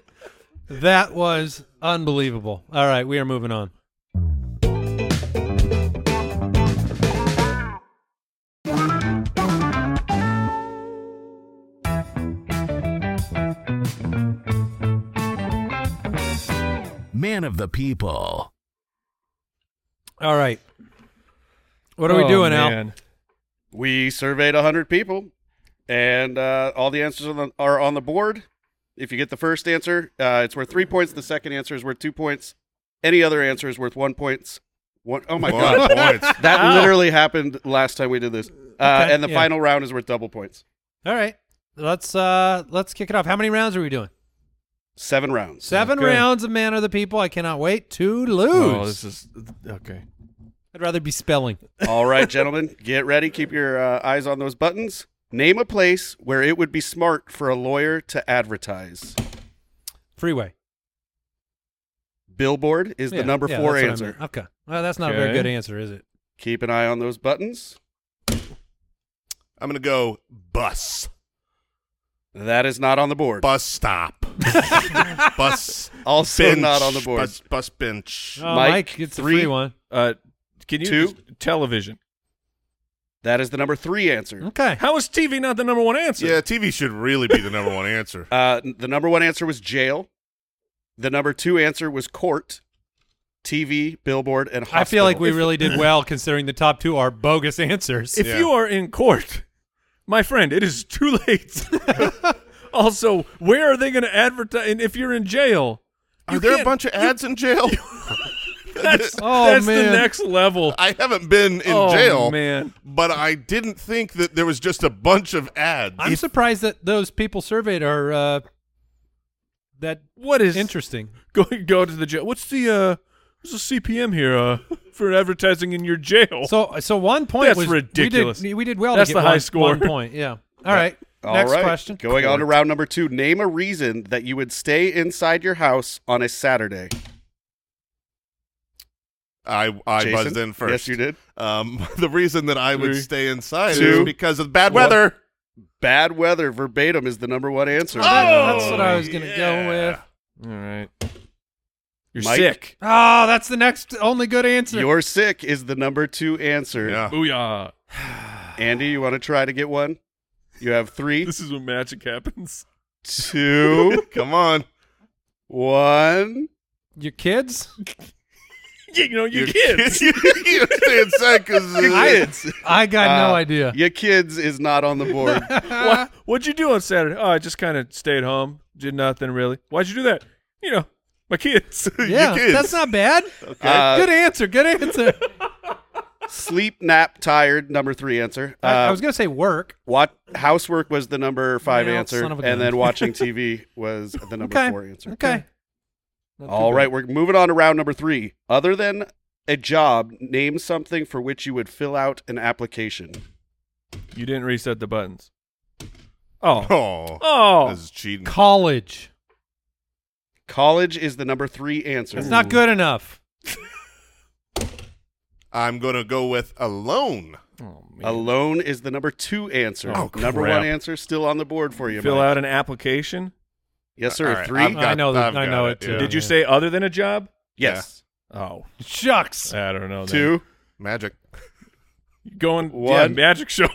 Speaker 3: that was unbelievable. All right, we are moving on.
Speaker 1: Man of the people.
Speaker 3: All right, what are we
Speaker 4: Oh,
Speaker 3: doing, Al?
Speaker 4: man.
Speaker 8: We surveyed 100 people, and uh, all the answers on the, are on the board. If you get the first answer, uh, it's worth three points. The second answer is worth two points. Any other answer is worth one point. One, oh my
Speaker 5: One
Speaker 3: <laughs>
Speaker 8: god, <laughs>
Speaker 5: points.
Speaker 8: that literally happened last time we did this. Uh,
Speaker 3: Okay,
Speaker 8: and the
Speaker 3: yeah.
Speaker 8: final round is worth double points.
Speaker 3: All right, let's uh let's kick it off. How many rounds are we doing?
Speaker 8: Seven
Speaker 3: <laughs>
Speaker 8: rounds.
Speaker 3: Seven
Speaker 4: Okay.
Speaker 3: rounds of Man of the People. I cannot wait to lose.
Speaker 4: Oh, this is okay.
Speaker 3: I'd rather be spelling.
Speaker 8: All right, gentlemen, get ready. Keep your uh, eyes on those buttons. Name a place where it would be smart for a lawyer to advertise.
Speaker 3: Freeway.
Speaker 8: Billboard is
Speaker 3: Yeah,
Speaker 8: the number
Speaker 3: yeah,
Speaker 8: four
Speaker 3: that's what I
Speaker 8: answer.
Speaker 3: meant. Okay. Well, that's not a very
Speaker 4: Okay.
Speaker 3: good answer, is it?
Speaker 8: Keep an eye on those buttons.
Speaker 5: I'm gonna go bus.
Speaker 8: That is not on the board.
Speaker 4: <laughs>
Speaker 5: Bus stop. bus.
Speaker 8: also
Speaker 5: bench.
Speaker 8: not on the board.
Speaker 5: Bus, bus bench.
Speaker 3: Oh,
Speaker 8: Mike,
Speaker 3: Mike, it's a
Speaker 8: three.
Speaker 3: free one.
Speaker 4: Uh, can you
Speaker 8: Two.
Speaker 4: just- television?
Speaker 8: That is the number three answer.
Speaker 3: Okay.
Speaker 4: How is TV not the number one answer?
Speaker 5: Yeah, TV should really be the number one answer.
Speaker 8: Uh, n- the number one answer was jail. The number two answer was court, TV, billboard, and hospital.
Speaker 3: I feel like we
Speaker 4: <laughs>
Speaker 3: really did well considering the top two are bogus answers.
Speaker 4: If
Speaker 5: Yeah.
Speaker 4: you are in court, my friend, it is too
Speaker 5: <laughs>
Speaker 4: late. also, where are they going to advertise? And if you're in jail,
Speaker 5: Are
Speaker 4: you
Speaker 5: there a
Speaker 4: can't-
Speaker 5: bunch of ads in jail?
Speaker 4: <laughs> that's,
Speaker 3: Oh,
Speaker 4: that's the
Speaker 3: man.
Speaker 4: next level.
Speaker 5: <laughs> I haven't been in
Speaker 4: oh,
Speaker 5: jail,
Speaker 4: man.
Speaker 5: but I didn't think that there was just a bunch of ads.
Speaker 3: I'm surprised that those people surveyed are uh, that
Speaker 4: What is
Speaker 3: interesting.
Speaker 4: Go go to the jail. What's the uh? What's the CPM here uh, for advertising in your jail?
Speaker 3: So, so one
Speaker 4: Oh.
Speaker 3: point
Speaker 4: That's
Speaker 3: was we did-
Speaker 4: ridiculous.
Speaker 3: We did, well.
Speaker 4: That's
Speaker 3: to get
Speaker 4: the high
Speaker 3: one-
Speaker 4: score.
Speaker 3: One point. Yeah. All right.
Speaker 8: All
Speaker 3: Next
Speaker 8: right,
Speaker 3: question.
Speaker 8: Going on to round number two. Name a reason that you would stay inside your house on a Saturday.
Speaker 5: I I
Speaker 8: Jason?
Speaker 5: buzzed in first.
Speaker 8: Yes, you did.
Speaker 5: Um, <laughs> the reason that I would
Speaker 4: Three,
Speaker 5: stay inside
Speaker 8: two,
Speaker 5: is because of bad
Speaker 8: one.
Speaker 5: weather.
Speaker 8: Bad weather verbatim is the number one answer.
Speaker 3: That- Oh, that's what I was gonna go
Speaker 5: yeah.
Speaker 3: with.
Speaker 4: Oh, All right. You're
Speaker 8: Mike?
Speaker 4: sick.
Speaker 3: Oh, that's the next only good answer.
Speaker 8: You're sick is the number two answer.
Speaker 5: Yeah.
Speaker 4: Booyah.
Speaker 8: Andy, you want to try to get one? You
Speaker 5: <laughs>
Speaker 8: have three,
Speaker 4: This is when magic happens. <laughs>
Speaker 8: two,
Speaker 5: Come on.
Speaker 8: one.
Speaker 3: Your kids.
Speaker 4: Yeah, you know, your,
Speaker 5: Your
Speaker 4: kids.
Speaker 5: <laughs> you gotta stay inside
Speaker 8: <laughs>
Speaker 5: because
Speaker 3: I got
Speaker 8: Uh,
Speaker 3: no idea.
Speaker 8: Your kids is not on the
Speaker 4: <laughs>
Speaker 8: board.
Speaker 3: Uh-huh.
Speaker 4: Wha- what'd you do on Saturday? Oh, I just kind of stayed home. Did nothing really. Why'd you do that? You know, my kids. <laughs>
Speaker 3: yeah,
Speaker 5: kids.
Speaker 3: that's not bad.
Speaker 8: Uh,
Speaker 3: good answer. Good answer.
Speaker 8: Sleep, nap, tired. Number three answer. <laughs> Uh,
Speaker 3: I, I was gonna say work.
Speaker 8: What housework was the number five
Speaker 3: Well,
Speaker 8: answer,
Speaker 3: son of a gun. <laughs>
Speaker 8: and then watching TV was the number
Speaker 3: Okay.
Speaker 8: four answer.
Speaker 3: Okay. Not too
Speaker 8: All
Speaker 3: bad.
Speaker 8: right, we're moving on to round number three. Other than a job, name something for which you would fill out an application.
Speaker 4: You didn't reset the buttons.
Speaker 8: <laughs>
Speaker 4: Oh.
Speaker 5: Oh,
Speaker 4: Oh.
Speaker 5: this is cheating.
Speaker 3: College.
Speaker 8: College is the number three answer.
Speaker 3: That's not good enough.
Speaker 5: I'm gonna go with alone.
Speaker 4: Oh, man.
Speaker 8: Alone is the number two answer.
Speaker 4: Oh,
Speaker 8: number
Speaker 4: crap.
Speaker 8: one answer still on the board for you.
Speaker 4: Fill
Speaker 8: Mike.
Speaker 4: out an application.
Speaker 8: Yes, sir.
Speaker 5: All right,
Speaker 8: Three.
Speaker 5: I've
Speaker 3: I know that-
Speaker 5: I've
Speaker 3: I
Speaker 5: got
Speaker 3: know it, too.
Speaker 5: yeah.
Speaker 4: Did you say other than a job?
Speaker 8: yes.
Speaker 4: Oh,
Speaker 3: Shucks.
Speaker 4: I don't know. then.
Speaker 8: Two.
Speaker 5: magic?
Speaker 4: Going
Speaker 8: One.
Speaker 4: yeah, magic
Speaker 8: <laughs>
Speaker 4: show.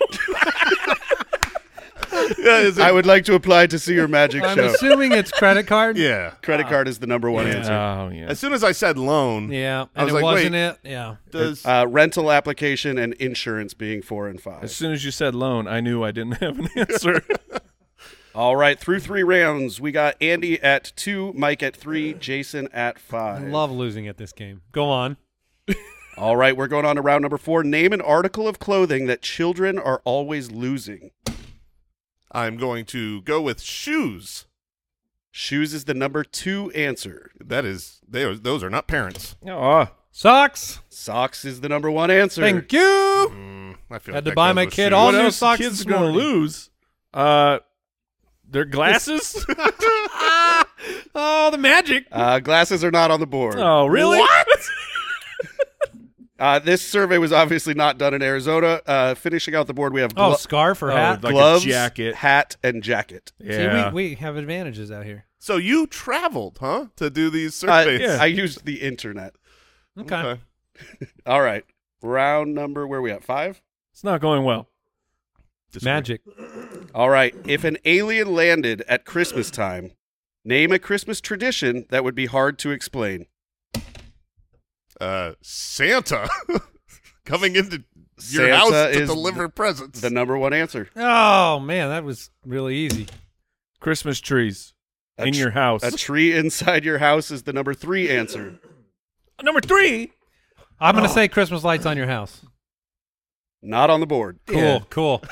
Speaker 8: I would like to apply to see your magic
Speaker 3: I'm
Speaker 8: show.
Speaker 3: assuming it's credit card.
Speaker 5: <laughs> Yeah.
Speaker 8: Credit card is the number one answer.
Speaker 4: oh yeah.
Speaker 5: As soon as I said loan,
Speaker 3: Yeah. And
Speaker 5: I was
Speaker 3: it
Speaker 5: like,
Speaker 3: wasn't
Speaker 5: wait.
Speaker 3: it. Yeah.
Speaker 5: does
Speaker 8: Uh, rental application and insurance being four and five.
Speaker 4: As soon as you said loan, I knew I didn't <laughs> have an
Speaker 8: <laughs>
Speaker 4: answer.
Speaker 8: All right, through three rounds, we got Andy at two, Mike at three, Jason at five.
Speaker 3: I love losing at this game. Go on.
Speaker 8: All right, we're going on to round number four. Name an article of clothing that children are always losing.
Speaker 5: I'm going to go with shoes.
Speaker 8: Shoes is the number two answer.
Speaker 5: That is, they are, those are not parents.
Speaker 4: oh,
Speaker 3: Socks.
Speaker 8: Socks is the number one answer.
Speaker 3: Thank you.
Speaker 5: Mm, I feel like
Speaker 3: Had to
Speaker 5: that
Speaker 3: buy
Speaker 5: goes
Speaker 3: my
Speaker 5: with
Speaker 3: kid
Speaker 5: shoes.
Speaker 3: all
Speaker 4: what
Speaker 3: new
Speaker 4: else
Speaker 3: socks
Speaker 4: kids
Speaker 3: this
Speaker 4: gonna
Speaker 3: morning.
Speaker 4: lose? Uh, their glasses.
Speaker 3: <laughs> Oh, the magic.
Speaker 8: Uh, glasses are not on the board.
Speaker 4: oh, really? <laughs> What?
Speaker 8: Uh, this survey was obviously not done in Arizona. Uh, finishing out the board, we have
Speaker 3: Oh,
Speaker 8: glo-
Speaker 3: scarf or
Speaker 4: Oh,
Speaker 3: hat.
Speaker 4: like a
Speaker 8: gloves,
Speaker 4: jacket.
Speaker 8: hat, and jacket.
Speaker 4: yeah.
Speaker 3: See, we, we have advantages out here.
Speaker 5: So you traveled, huh, to do these
Speaker 8: Uh,
Speaker 5: surveys? Uh,
Speaker 8: I used the internet.
Speaker 3: Okay.
Speaker 5: Okay.
Speaker 8: All right, round number. Where are we at? Five.
Speaker 4: it's not going well.
Speaker 3: Magic.
Speaker 8: All right. If an alien landed at Christmas time, name a Christmas tradition that would be hard to explain.
Speaker 5: Uh, Santa <laughs> coming into your
Speaker 8: Santa
Speaker 5: house to
Speaker 8: is
Speaker 5: deliver presents.
Speaker 8: The number one answer.
Speaker 3: Oh man, that was really easy.
Speaker 4: Christmas trees
Speaker 8: A
Speaker 4: in
Speaker 8: tr-
Speaker 4: your house.
Speaker 8: A tree inside your house is the number three answer.
Speaker 4: Number three.
Speaker 3: I'm gonna say Christmas lights on your house.
Speaker 8: Not on the board.
Speaker 3: Cool, cool.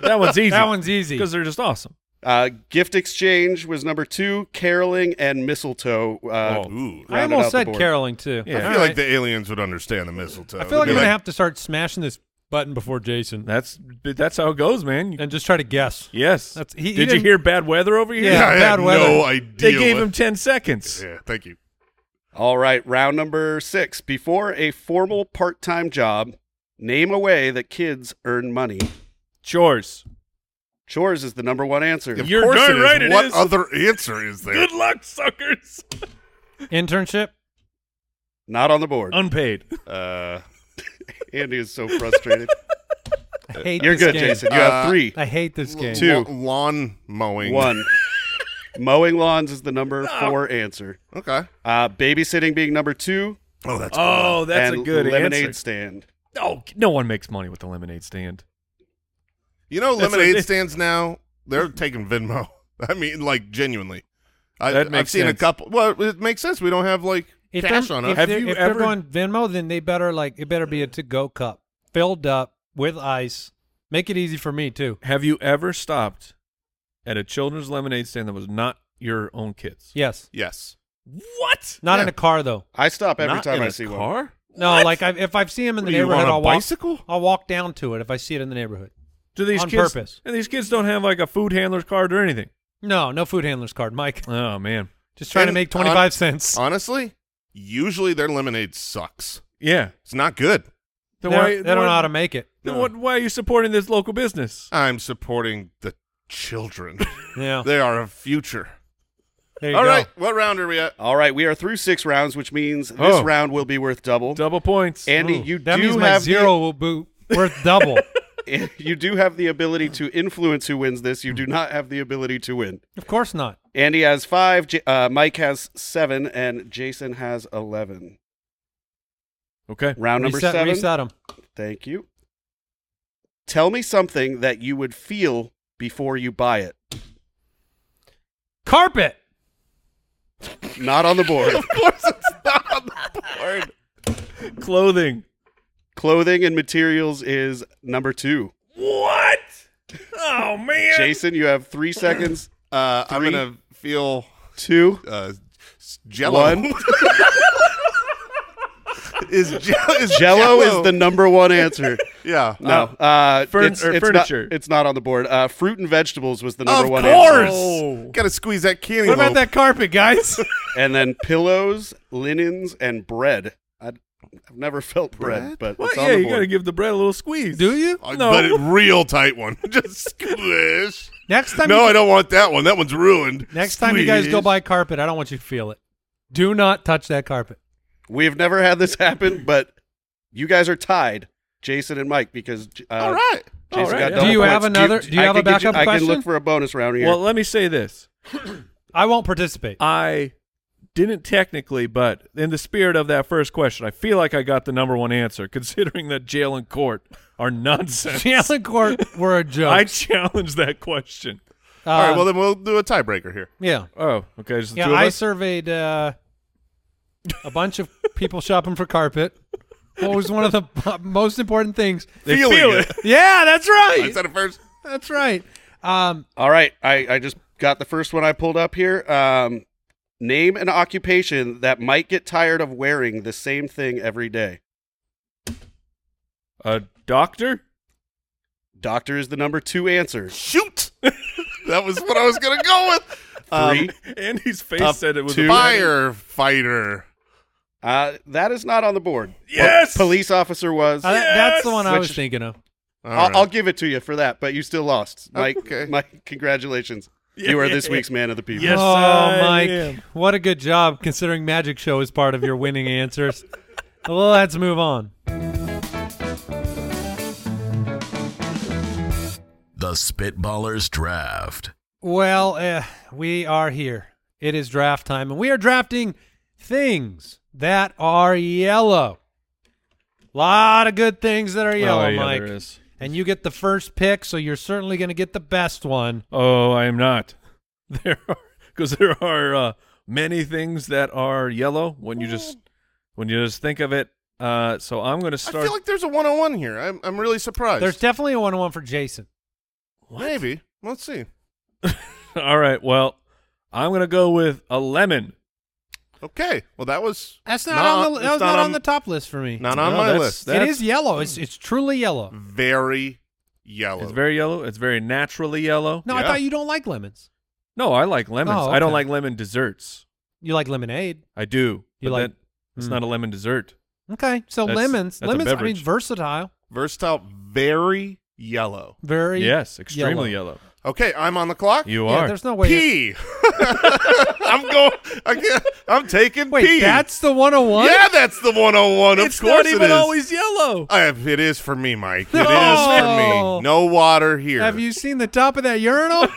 Speaker 4: That one's easy.
Speaker 3: That one's easy.
Speaker 4: because they're just awesome.
Speaker 8: Uh, gift exchange was number two. Caroling and mistletoe. Uh,
Speaker 5: Ooh.
Speaker 3: I
Speaker 8: rounded out
Speaker 3: almost
Speaker 8: the
Speaker 3: said
Speaker 8: board.
Speaker 3: caroling too.
Speaker 4: Yeah.
Speaker 5: I feel
Speaker 3: Oh. All
Speaker 5: like
Speaker 3: right.
Speaker 5: the aliens would understand the mistletoe.
Speaker 3: I feel like
Speaker 5: They'd be
Speaker 3: I'm gonna have to start smashing this button before Jason
Speaker 4: That's that's how it goes, man. You-
Speaker 3: and just try
Speaker 4: <laughs>
Speaker 3: to guess.
Speaker 4: yes.
Speaker 3: That's- he- he
Speaker 4: Did you
Speaker 3: didn't-
Speaker 4: hear bad weather over here?
Speaker 3: Yeah,
Speaker 5: I
Speaker 3: bad
Speaker 5: had
Speaker 3: weather.
Speaker 5: no idea.
Speaker 4: They gave
Speaker 5: what-
Speaker 4: him ten seconds.
Speaker 5: Yeah, thank you.
Speaker 8: All right, round number six. Before a formal part-time job, name a way that kids earn money.
Speaker 4: Chores.
Speaker 8: Chores is the number one answer.
Speaker 5: Of
Speaker 4: You're
Speaker 5: course
Speaker 4: darn
Speaker 5: it is.
Speaker 4: right it
Speaker 5: what
Speaker 4: is.
Speaker 5: other answer is there?
Speaker 4: Good luck, suckers.
Speaker 3: Internship.
Speaker 8: Not on the board.
Speaker 4: Unpaid.
Speaker 8: Uh, Andy is so
Speaker 3: <laughs>
Speaker 8: frustrated.
Speaker 3: I hate
Speaker 8: You're
Speaker 3: this
Speaker 8: good,
Speaker 3: game.
Speaker 8: Jason. You have
Speaker 5: Uh,
Speaker 8: three,
Speaker 3: I hate this game.
Speaker 8: Two.
Speaker 5: Lawn- lawn mowing.
Speaker 3: <laughs>
Speaker 8: one. Mowing lawns is the number four answer.
Speaker 5: Okay.
Speaker 8: Uh, babysitting being number two,
Speaker 5: Oh, that's
Speaker 4: Oh, that's
Speaker 8: and
Speaker 4: a good
Speaker 8: lemonade
Speaker 4: answer.
Speaker 8: stand.
Speaker 4: Oh, no one makes money with the lemonade stand.
Speaker 5: You know,
Speaker 4: That's
Speaker 5: lemonade
Speaker 4: a-
Speaker 5: stands now, they're taking Venmo. <laughs> I mean, like, genuinely. I,
Speaker 4: That
Speaker 5: I've
Speaker 4: makes
Speaker 5: seen a
Speaker 4: sense.
Speaker 5: couple. Well, it makes sense. We don't have, like,
Speaker 3: If
Speaker 5: cash
Speaker 3: they're,
Speaker 5: on
Speaker 3: if
Speaker 5: us.
Speaker 4: Have
Speaker 3: they're-
Speaker 4: you
Speaker 3: if
Speaker 4: ever-
Speaker 3: they're going Venmo, then they better like it better be a to-go cup filled up with ice. Make it easy for me too.
Speaker 4: Have you ever stopped at a children's lemonade stand that was not your own kids?
Speaker 3: Yes.
Speaker 5: Yes.
Speaker 4: What?
Speaker 3: Not
Speaker 5: Yeah.
Speaker 3: in a car though.
Speaker 8: I stop every
Speaker 4: Not
Speaker 8: time
Speaker 4: in
Speaker 8: I
Speaker 4: a
Speaker 8: see one.
Speaker 4: car?
Speaker 3: No, like I, if I see him in the
Speaker 5: What, you
Speaker 3: neighborhood,
Speaker 5: on a
Speaker 3: I'll walk.
Speaker 5: bicycle?
Speaker 3: I'll walk down to it if I see it in the neighborhood.
Speaker 4: Do these
Speaker 3: On
Speaker 4: kids,
Speaker 3: purpose.
Speaker 4: And these kids don't have like a food handler's card or anything.
Speaker 3: No, no food handler's card, Mike. <laughs>
Speaker 4: Oh man.
Speaker 3: Just trying to
Speaker 5: And
Speaker 3: make
Speaker 5: on-
Speaker 3: 25 cents.
Speaker 5: Honestly, usually their lemonade sucks.
Speaker 4: Yeah.
Speaker 5: It's not good.
Speaker 4: Then
Speaker 3: They're-
Speaker 4: why-
Speaker 3: they don't
Speaker 4: why-
Speaker 3: know how to make it.
Speaker 4: Then what, why are you supporting this local business?
Speaker 8: Oh.
Speaker 5: I'm supporting the
Speaker 4: <laughs>
Speaker 5: children. <laughs>
Speaker 3: Yeah.
Speaker 5: they are a future.
Speaker 3: There you
Speaker 5: All
Speaker 3: go.
Speaker 5: right, what round are we at?
Speaker 8: All right, we are through six rounds, which means this
Speaker 4: Oh.
Speaker 8: round will be worth double.
Speaker 4: Double points.
Speaker 8: Andy,
Speaker 4: Ooh.
Speaker 8: you
Speaker 3: Oh. That
Speaker 8: do
Speaker 3: means
Speaker 8: have
Speaker 3: my
Speaker 8: the-
Speaker 3: zero will be worth
Speaker 5: <laughs>
Speaker 3: double.
Speaker 8: <laughs> you do have the ability to influence who wins this. You do not have the ability to win.
Speaker 3: of course not.
Speaker 8: Andy has five, J- uh, Mike has seven, and Jason has eleven.
Speaker 4: Okay.
Speaker 8: Round number
Speaker 3: reset,
Speaker 8: seven.
Speaker 3: Reset 'em.
Speaker 8: Thank you. Tell me something that you would feel before you buy it.
Speaker 3: Carpet.
Speaker 8: Not on
Speaker 4: <laughs>
Speaker 8: the board.
Speaker 5: <laughs>
Speaker 4: Clothing.
Speaker 8: Clothing and materials is number two.
Speaker 4: What? Oh man.
Speaker 8: Jason, you have three seconds.
Speaker 5: Uh, I'm
Speaker 8: Three.
Speaker 5: going to feel
Speaker 8: Two.
Speaker 5: uh, It's Jello.
Speaker 8: One.
Speaker 5: <laughs> is Jello is
Speaker 8: Jello is the number one answer.
Speaker 5: yeah.
Speaker 8: No, uh,
Speaker 4: furn-
Speaker 8: it's,
Speaker 4: or
Speaker 8: it's
Speaker 4: furniture.
Speaker 8: Not, it's not on the board. Uh, fruit and vegetables was the number
Speaker 5: of
Speaker 8: one
Speaker 5: course,
Speaker 8: answer,
Speaker 4: Oh.
Speaker 5: gotta squeeze that cantaloupe.
Speaker 3: What about that carpet, guys? <laughs>
Speaker 8: and then pillows, linens, and bread. I, I've never felt bread, but
Speaker 4: Well,
Speaker 8: it's on
Speaker 4: yeah,
Speaker 8: the
Speaker 4: you
Speaker 8: board.
Speaker 4: gotta give the bread a little squeeze.
Speaker 3: Do you?
Speaker 5: Uh,
Speaker 4: No.
Speaker 5: But a real tight one. <laughs> Just squish.
Speaker 3: Next time,
Speaker 5: No,
Speaker 3: you,
Speaker 5: I don't want that one. That one's ruined.
Speaker 3: next time you guys go
Speaker 5: Squish.
Speaker 3: buy carpet, I don't want you to feel it. Do not touch that carpet.
Speaker 8: We've never had this happen, but you guys are tied, Jason and Mike, because uh,
Speaker 5: All right.
Speaker 8: Jason
Speaker 4: All right,
Speaker 8: got
Speaker 4: yeah.
Speaker 8: double
Speaker 4: Do
Speaker 3: you have
Speaker 8: points.
Speaker 3: another- do you
Speaker 8: I
Speaker 3: have a
Speaker 8: can get
Speaker 3: backup
Speaker 8: I
Speaker 3: question?
Speaker 8: can look for a bonus round here.
Speaker 4: Well, let me say this.
Speaker 3: I won't participate. <laughs>
Speaker 4: I didn't technically, but in the spirit of that first question, I feel like I got the number one answer, <laughs> considering that jail and court are nonsense.
Speaker 3: Jalen Court were a
Speaker 4: <laughs>
Speaker 3: joke.
Speaker 4: I challenge that question.
Speaker 5: All right.
Speaker 3: Um,
Speaker 5: Well, then we'll do a tiebreaker here.
Speaker 3: yeah.
Speaker 4: Oh, okay. Just the
Speaker 3: Yeah,
Speaker 4: two of
Speaker 3: I
Speaker 4: us?
Speaker 3: surveyed uh, a bunch of people shopping for carpet. What was one of the b- most important
Speaker 4: <laughs>
Speaker 3: things?
Speaker 4: They
Speaker 5: Feeling
Speaker 4: feel
Speaker 5: it.
Speaker 4: it.
Speaker 3: Yeah, that's
Speaker 5: I
Speaker 3: right.
Speaker 5: said it first.
Speaker 3: That's right. Um,
Speaker 8: All right, I, I just got the first one I pulled up here. Um, name an occupation that might get tired of wearing the same thing every day.
Speaker 4: A doctor?
Speaker 8: Doctor is the number two answer.
Speaker 5: Shoot. <laughs> that was what I was gonna go with.
Speaker 8: Three.
Speaker 4: Um, Andy's face
Speaker 8: Up
Speaker 4: said it was
Speaker 8: to-
Speaker 4: a
Speaker 5: Firefighter.
Speaker 8: uh, that is not on the board.
Speaker 4: Yes!
Speaker 8: Po- police officer was.
Speaker 3: I- That's the one I
Speaker 8: Which-
Speaker 3: was thinking of.
Speaker 5: All
Speaker 8: I'll,
Speaker 5: right.
Speaker 8: I'll give it to you for that, but you still lost,
Speaker 4: Oh,
Speaker 8: Mike.
Speaker 5: Okay.
Speaker 8: <laughs> Mike, congratulations. You are this week's man of the people.
Speaker 4: Yes,
Speaker 3: oh,
Speaker 4: I
Speaker 3: Mike,
Speaker 4: am.
Speaker 3: what a good job considering Magic Show is part of your winning answers. Well, let's move on.
Speaker 1: The Spitballers Draft.
Speaker 3: Well, uh, we are here. It is draft time, and we are drafting things that are yellow. lot of good things that are yellow,
Speaker 4: oh, yeah,
Speaker 3: Mike.
Speaker 4: there is.
Speaker 3: And you get the first pick, so you're certainly going to get the best one.
Speaker 4: Oh, I am not. <laughs> There are because there are uh, many things that are yellow when you just when you just think of it. Uh, so I'm going to
Speaker 5: I
Speaker 4: start.
Speaker 5: feel like there's a one-on-one here. I'm, I'm really surprised.
Speaker 3: There's definitely a one-on-one for Jason.
Speaker 5: Maybe. Let's see.
Speaker 4: <laughs> All right. Well, I'm going to go with a lemon.
Speaker 5: Okay. Well, that was
Speaker 3: That's not, on the
Speaker 5: it's
Speaker 3: that was not on the top list for me.
Speaker 5: not on
Speaker 4: No, Mm.
Speaker 5: my
Speaker 4: that's-
Speaker 5: list.
Speaker 3: it is yellow. It's it's truly yellow.
Speaker 5: Very yellow.
Speaker 4: It's very yellow. It's very naturally yellow.
Speaker 3: No, I
Speaker 5: Yeah.
Speaker 3: thought you don't like lemons.
Speaker 4: No, I like lemons.
Speaker 3: Oh,
Speaker 4: I don't
Speaker 3: okay.
Speaker 4: like lemon desserts.
Speaker 3: You like lemonade.
Speaker 4: I do.
Speaker 3: You
Speaker 4: but
Speaker 3: like-
Speaker 4: that- it's
Speaker 3: Hmm.
Speaker 4: not a lemon dessert.
Speaker 3: Okay, so
Speaker 4: That's-
Speaker 3: lemons,
Speaker 4: that's a
Speaker 3: lemons. I mean,
Speaker 4: beverage.
Speaker 3: versatile.
Speaker 5: versatile. Very yellow.
Speaker 3: Very
Speaker 4: Yes, extremely
Speaker 3: yellow.
Speaker 4: yellow.
Speaker 5: Okay, I'm on the clock.
Speaker 4: You
Speaker 3: yeah,
Speaker 4: are.
Speaker 3: there's no way. you're-
Speaker 5: P. <laughs> I'm going. I can't, I'm taking
Speaker 3: Wait,
Speaker 5: P.
Speaker 3: that's the 101?
Speaker 5: yeah, that's the 101.
Speaker 4: it's
Speaker 5: of course
Speaker 4: not
Speaker 5: it
Speaker 4: even
Speaker 5: is.
Speaker 4: always yellow.
Speaker 5: I have, it is for me, Mike. It is
Speaker 3: No.
Speaker 5: for me. No water here.
Speaker 3: Have you seen the top of
Speaker 5: <laughs>
Speaker 3: that urinal?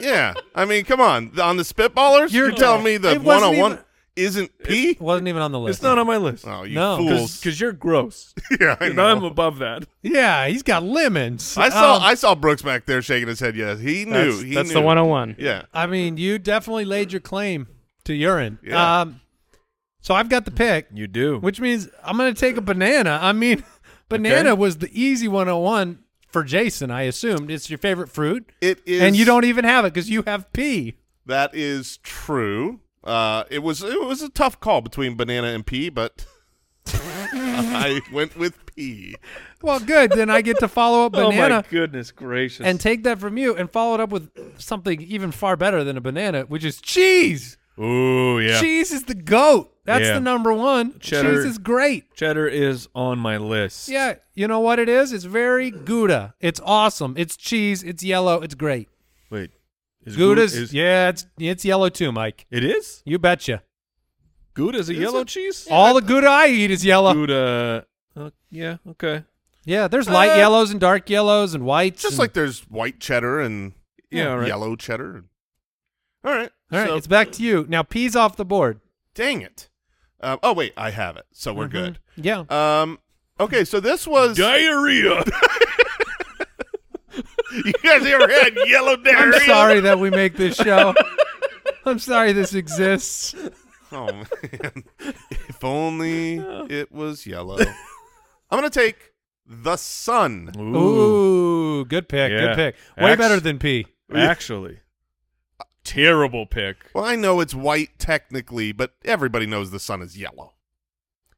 Speaker 5: Yeah. I mean, come on. The- On the spitballers,
Speaker 3: You're-
Speaker 5: you're, telling me the
Speaker 3: It wasn't
Speaker 5: 101
Speaker 3: even-
Speaker 5: isn't P?
Speaker 3: Wasn't even on the list.
Speaker 4: It's not on my list.
Speaker 5: oh, you
Speaker 3: No.
Speaker 5: fools. <laughs>
Speaker 4: Because you're <laughs> gross.
Speaker 5: yeah,
Speaker 3: <laughs>
Speaker 5: I
Speaker 4: and
Speaker 5: know.
Speaker 4: I'm above that.
Speaker 3: yeah, he's got lemons.
Speaker 5: I saw
Speaker 3: Um,
Speaker 5: I saw Brooks back there shaking his head. Yes, he knew.
Speaker 9: That's,
Speaker 5: he
Speaker 9: that's
Speaker 5: knew.
Speaker 9: the 101.
Speaker 5: Yeah.
Speaker 3: I mean, you definitely laid your claim to urine.
Speaker 5: Yeah.
Speaker 3: Um, so I've got the pick,
Speaker 4: You do.
Speaker 3: which means I'm going to take a banana. I mean, <laughs> banana
Speaker 4: Okay.
Speaker 3: was the easy 101 for Jason, I assumed. It's your favorite fruit.
Speaker 5: It is.
Speaker 3: and you don't even have it because you have pee.
Speaker 5: That is true. Uh, it was it was a tough call between banana and pea, but <laughs> I went with pea.
Speaker 3: Well, good. Then I get to
Speaker 5: <laughs>
Speaker 3: follow up
Speaker 4: Oh my
Speaker 3: banana
Speaker 4: goodness gracious!
Speaker 3: and take that from you and follow it up with something even far better than a banana, which is cheese.
Speaker 4: ooh yeah,
Speaker 3: Cheese is the goat. That's
Speaker 4: Yeah.
Speaker 3: the number one.
Speaker 4: Cheddar.
Speaker 3: Cheese is great.
Speaker 4: cheddar is on my list.
Speaker 3: Yeah, you know what it is? It's very Gouda. It's awesome. It's cheese. It's yellow. It's great.
Speaker 4: Wait, is
Speaker 3: Gouda's
Speaker 4: Gouda- is-
Speaker 3: yeah, it's it's yellow too, Mike.
Speaker 4: It is.
Speaker 3: You betcha.
Speaker 4: Gouda is a yellow cheese.
Speaker 3: All the Gouda I eat is yellow.
Speaker 4: Gouda. uh, yeah. Okay.
Speaker 3: Yeah, there's light
Speaker 4: Uh,
Speaker 3: yellows and dark yellows and whites.
Speaker 5: Just
Speaker 3: and-
Speaker 5: like there's white cheddar and
Speaker 4: Yeah. All right.
Speaker 5: yellow cheddar. All right.
Speaker 3: all right,
Speaker 5: so-
Speaker 3: it's back to you now. Peas off the board.
Speaker 5: dang it. Um, oh wait, I have it. So we're
Speaker 3: Mm-hmm.
Speaker 5: good.
Speaker 3: Yeah.
Speaker 5: Um, okay, so this was
Speaker 4: Diarrhea.
Speaker 5: <laughs> you guys ever had yellow
Speaker 3: I'm
Speaker 5: diarrhea?
Speaker 3: sorry that we make this show. <laughs> I'm sorry this exists.
Speaker 5: Oh man. <laughs> if only it was yellow. I'm gonna take the sun.
Speaker 4: Ooh.
Speaker 3: Ooh, good pick.
Speaker 4: Yeah.
Speaker 3: Good pick. Way
Speaker 4: Ax-
Speaker 3: better than P.
Speaker 4: Actually, terrible pick.
Speaker 5: Well, I know it's white technically, but everybody knows the sun is yellow.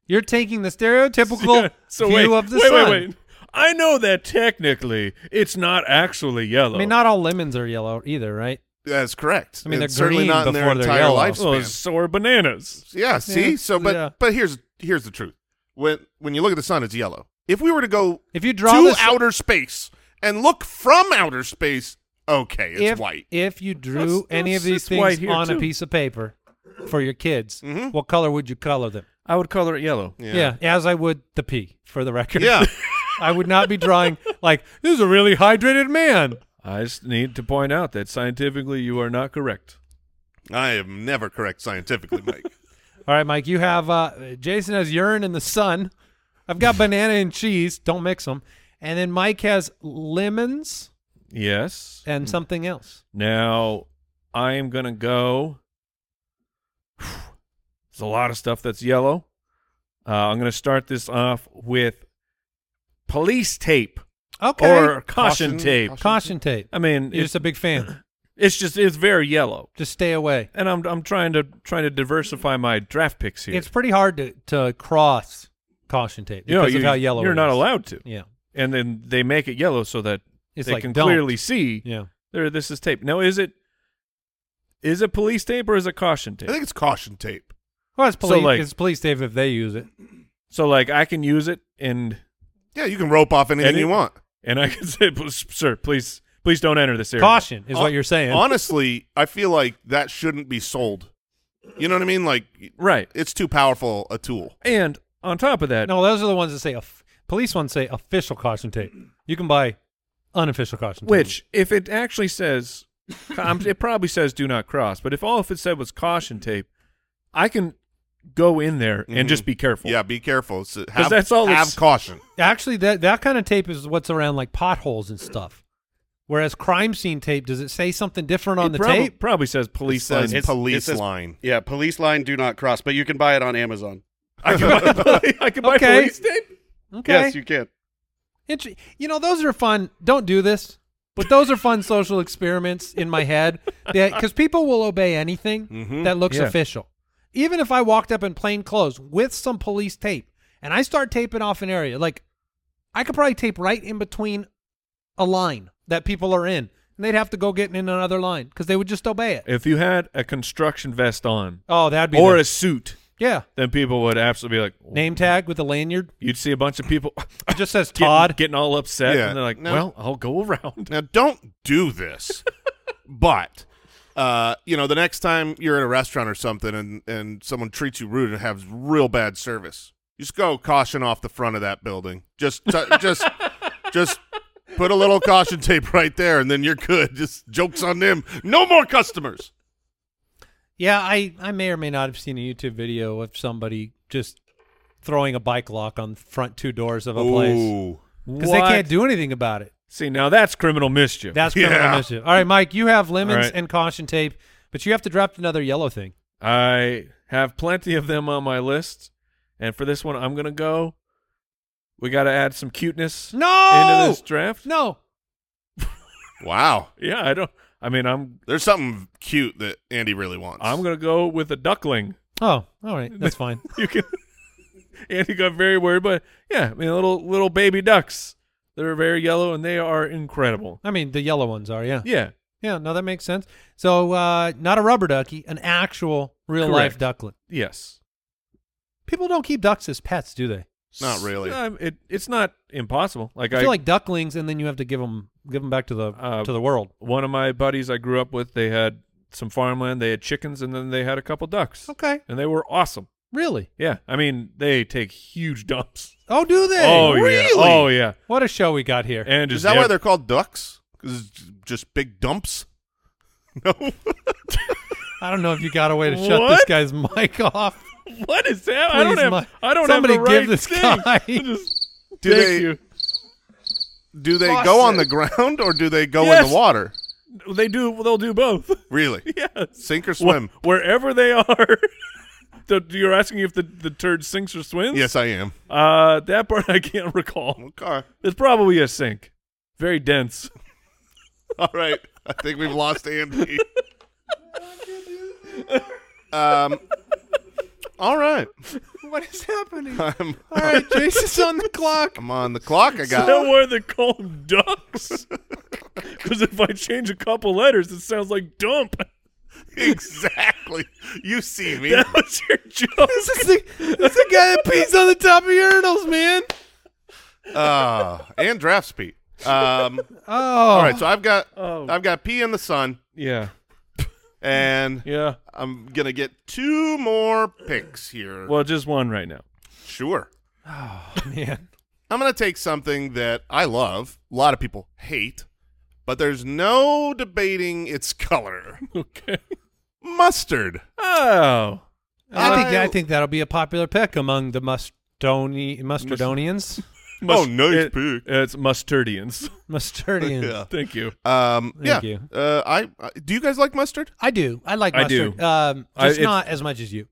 Speaker 3: You're taking
Speaker 4: <laughs>
Speaker 3: the stereotypical
Speaker 4: so
Speaker 3: view
Speaker 4: wait,
Speaker 3: of the
Speaker 4: wait,
Speaker 3: sun.
Speaker 4: wait, wait. I know that technically it's not actually yellow.
Speaker 3: I mean, not all lemons are yellow either, right?
Speaker 5: That's correct.
Speaker 3: I mean, they're
Speaker 5: It's certainly
Speaker 3: green
Speaker 5: not in their
Speaker 3: before they're
Speaker 5: entire
Speaker 3: yellow.
Speaker 5: lifespan.
Speaker 4: well, Oh, so are bananas.
Speaker 5: Yeah, see? So but
Speaker 3: yeah.
Speaker 5: but here's here's the truth. When when you look at the sun, it's yellow. If we were to go
Speaker 3: If you draw
Speaker 5: to
Speaker 3: this,
Speaker 5: outer space and look from outer space, okay, it's
Speaker 3: if,
Speaker 5: white.
Speaker 3: If you drew
Speaker 4: That's-
Speaker 3: any
Speaker 4: that's-
Speaker 3: of these
Speaker 4: it's white
Speaker 3: things
Speaker 4: here,
Speaker 3: on a
Speaker 4: too. Mm-hmm.
Speaker 3: piece of paper for your kids,
Speaker 5: Mhm.
Speaker 3: what color would you color them?
Speaker 4: I would color it yellow.
Speaker 3: Yeah. as I would the P for the record.
Speaker 5: Yeah.
Speaker 3: <laughs> I would not be drawing like this is a really hydrated man.
Speaker 4: I just need to point out that scientifically you are not correct.
Speaker 5: I am never correct scientifically, Mike.
Speaker 3: All right, Mike, you have uh, Jason has urine in the sun. I've got banana and cheese. Don't mix them. And then Mike has lemons
Speaker 4: Yes.
Speaker 3: and something else.
Speaker 4: Now, I am going to go. <sighs> There's a lot of stuff that's yellow. Uh, I'm going to start this off with police tape
Speaker 3: Okay.
Speaker 4: or caution,
Speaker 5: Caution-
Speaker 4: tape.
Speaker 3: caution tape.
Speaker 4: I mean,
Speaker 3: You're
Speaker 4: it's,
Speaker 3: just a big
Speaker 4: <clears throat>
Speaker 3: fan.
Speaker 4: it's just it's very yellow,
Speaker 3: Just stay away.
Speaker 4: and I'm I'm trying to trying to diversify my draft picks here.
Speaker 3: It's pretty hard to, to cross caution tape
Speaker 4: you know,
Speaker 3: because
Speaker 4: you,
Speaker 3: of how yellow
Speaker 4: you're
Speaker 3: it
Speaker 4: not
Speaker 3: is.
Speaker 4: allowed to,
Speaker 3: Yeah.
Speaker 4: and then they make it yellow so that
Speaker 3: It's
Speaker 4: they
Speaker 3: like
Speaker 4: can
Speaker 3: don't.
Speaker 4: clearly see
Speaker 3: Yeah.
Speaker 4: there this is tape. Now, is it is it police tape or is it caution
Speaker 5: I
Speaker 4: tape?
Speaker 5: think it's caution tape.
Speaker 3: Well, it's
Speaker 4: So,
Speaker 3: police.
Speaker 4: like-
Speaker 3: it's police tape if they use it.
Speaker 4: So like I can use it and
Speaker 5: Yeah, you can rope off anything
Speaker 4: Any-
Speaker 5: you want.
Speaker 4: and I can <laughs> say, "Please, sir, please, please don't enter this area.
Speaker 3: Caution is what
Speaker 5: Hon-
Speaker 3: you're saying.
Speaker 5: Honestly, I feel like that shouldn't be sold. You know what I mean? Like
Speaker 4: Right.
Speaker 5: it's too powerful a tool.
Speaker 4: And on top of that,
Speaker 3: no, those are the ones that say of- police ones say official caution tape. You can buy unofficial caution tape.
Speaker 4: which if it actually says, <laughs> I'm- it probably says do not cross. But if all if it said was caution tape, I can go in there and
Speaker 5: Mhm.
Speaker 4: just be careful.
Speaker 5: Yeah, be careful. So have,
Speaker 4: that's all
Speaker 5: have
Speaker 4: it's-
Speaker 5: caution.
Speaker 3: actually that that kind of tape is what's around like potholes and stuff. Whereas crime scene tape, does it say something different on
Speaker 4: It
Speaker 3: the
Speaker 4: prob-
Speaker 3: tape?
Speaker 4: probably says police
Speaker 5: says
Speaker 4: line.
Speaker 5: It's police line.
Speaker 8: Yeah, police line do not cross, but you can buy it on Amazon.
Speaker 4: <laughs> I can buy, I can buy
Speaker 3: Okay.
Speaker 4: police tape.
Speaker 3: Okay.
Speaker 8: Yes, you can.
Speaker 3: Inter- you know, those are fun. Don't do this, but those are fun social experiments in my head because people will obey anything
Speaker 5: Mhm.
Speaker 3: that looks
Speaker 4: Yeah.
Speaker 3: official. Even if I walked up in plain clothes with some police tape and I start taping off an area, like I could probably tape right in between a line that people are in, and they'd have to go getting in another line because they would just obey it.
Speaker 4: If you had a construction vest on
Speaker 3: Oh, that'd be
Speaker 4: or
Speaker 3: the-
Speaker 4: a suit,
Speaker 3: yeah
Speaker 4: then people would absolutely be like,
Speaker 3: name tag with a lanyard.
Speaker 4: You'd see a bunch of people <laughs>
Speaker 3: It just says
Speaker 4: getting,
Speaker 3: Todd.
Speaker 4: getting all upset,
Speaker 5: Yeah.
Speaker 4: and they're like,
Speaker 5: No.
Speaker 4: "Well, I'll go
Speaker 3: <laughs>
Speaker 4: around."
Speaker 5: Now, don't do this. but uh, you know, the next time you're at a restaurant or something, and and someone treats you rude and has real bad service, just go caution off the front of that building. Just t- just just put a little caution tape right there, and then you're good. Just jokes on them. No more customers.
Speaker 3: Yeah, I, I may or may not have seen a YouTube video of somebody just throwing a bike lock on the front two doors of a place
Speaker 5: Ooh.
Speaker 3: because they
Speaker 4: What?
Speaker 3: can't do anything about it.
Speaker 4: See, now that's criminal mischief.
Speaker 3: That's criminal
Speaker 5: Yeah.
Speaker 3: mischief. All right, Mike, you have lemons
Speaker 4: right.
Speaker 3: and caution tape, but you have to drop another yellow thing.
Speaker 4: I have plenty of them on my list, and for this one, I'm gonna go. We got to add some cuteness
Speaker 3: No!
Speaker 4: into this draft.
Speaker 3: No,
Speaker 5: Wow.
Speaker 4: Yeah, I don't. I mean, I'm
Speaker 5: There's something cute that Andy really wants.
Speaker 4: I'm gonna go with a duckling. <laughs>
Speaker 3: oh, all right, that's fine.
Speaker 4: You can. Andy got very worried, but yeah, I mean, little little baby ducks. They're very yellow and they are incredible.
Speaker 3: I mean, the yellow ones are, yeah,
Speaker 4: Yeah,
Speaker 3: yeah. No, that makes sense. So, uh, not a rubber ducky, an actual real life
Speaker 4: Correct.
Speaker 3: duckling.
Speaker 4: yes.
Speaker 3: People don't keep ducks as pets, do they?
Speaker 5: Not really.
Speaker 4: Um, it it's not impossible. Like
Speaker 3: I
Speaker 4: I,
Speaker 3: feel like ducklings, and then you have to give them give them back to the
Speaker 4: Uh,
Speaker 3: to the world.
Speaker 4: one of my buddies I grew up with. They had some farmland. They had chickens, and then they had a couple ducks,
Speaker 3: Okay,
Speaker 4: and they were awesome.
Speaker 3: really.
Speaker 4: Yeah, I mean they take huge dumps.
Speaker 3: Oh, do they?
Speaker 4: oh yeah,
Speaker 5: really?
Speaker 4: oh yeah.
Speaker 3: What a show we got here.
Speaker 4: And just
Speaker 5: Is that
Speaker 4: yeah,
Speaker 5: why they're called ducks? Because it's j- just big dumps. No.
Speaker 3: I don't know if you got a way to shut this
Speaker 4: What?
Speaker 3: guy's mic
Speaker 4: <laughs>
Speaker 3: off.
Speaker 4: what is that? I don't
Speaker 3: Please,
Speaker 4: have.
Speaker 3: Mi-
Speaker 4: I don't
Speaker 3: somebody
Speaker 4: have the
Speaker 3: give
Speaker 4: right
Speaker 3: this
Speaker 4: thing.
Speaker 3: guy-
Speaker 4: <laughs> Just-
Speaker 5: Do
Speaker 4: thank
Speaker 5: they-
Speaker 4: you.
Speaker 5: Do they
Speaker 8: Faucet.
Speaker 5: go on the ground or do they go in
Speaker 4: Yes.
Speaker 5: the water?
Speaker 4: They do. They'll do both. <laughs>
Speaker 5: Really?
Speaker 4: yes.
Speaker 5: Sink or swim?
Speaker 4: Wh- wherever they are. <laughs> The- You're asking if the, the turd sinks or swims?
Speaker 5: Yes, I am.
Speaker 4: Uh, that part <laughs> I can't recall.
Speaker 5: Okay.
Speaker 4: It's probably a sink. Very dense.
Speaker 5: All right. I think we've lost Andy. Um, all right.
Speaker 9: What is happening? All
Speaker 5: <laughs> I'm,
Speaker 9: right, Jason's on the
Speaker 3: <laughs>
Speaker 9: clock.
Speaker 5: I'm on the clock.
Speaker 4: <laughs>
Speaker 5: I got
Speaker 4: that why they call them ducks? Because if I change a couple letters, it sounds like dump.
Speaker 5: <laughs>
Speaker 4: <laughs>
Speaker 5: exactly. You see me.
Speaker 4: That was your joke.
Speaker 9: This is the, this is
Speaker 4: <laughs>
Speaker 9: the guy that pees on the top of urinals, man.
Speaker 5: Uh, and draft speed. Um,
Speaker 3: Oh,
Speaker 5: all right. So I've got
Speaker 4: Oh.
Speaker 5: I've got pee in the sun,
Speaker 4: Yeah,
Speaker 5: and
Speaker 4: yeah.
Speaker 5: I'm gonna get two more picks here.
Speaker 4: Well, just one right now.
Speaker 5: Sure.
Speaker 3: man.
Speaker 5: I'm going to take something that I love, a lot of people hate, but there's no debating its <laughs> color.
Speaker 4: Okay.
Speaker 5: Mustard.
Speaker 4: Oh,
Speaker 3: I think
Speaker 5: I-
Speaker 3: I think that'll be a popular pick among the Mustoni,
Speaker 4: <laughs>
Speaker 3: Mustardonians,
Speaker 5: Oh, nice
Speaker 4: it-
Speaker 5: pick.
Speaker 4: It's mustardians. <laughs>
Speaker 3: Mustardians.
Speaker 5: Yeah.
Speaker 4: Thank you.
Speaker 5: Um yeah.
Speaker 3: Thank you.
Speaker 5: Uh I, I do you guys like mustard?
Speaker 3: I do. I like
Speaker 4: I
Speaker 3: mustard.
Speaker 4: do.
Speaker 3: Um,
Speaker 4: I-
Speaker 3: just
Speaker 4: it's-
Speaker 3: not as much as you.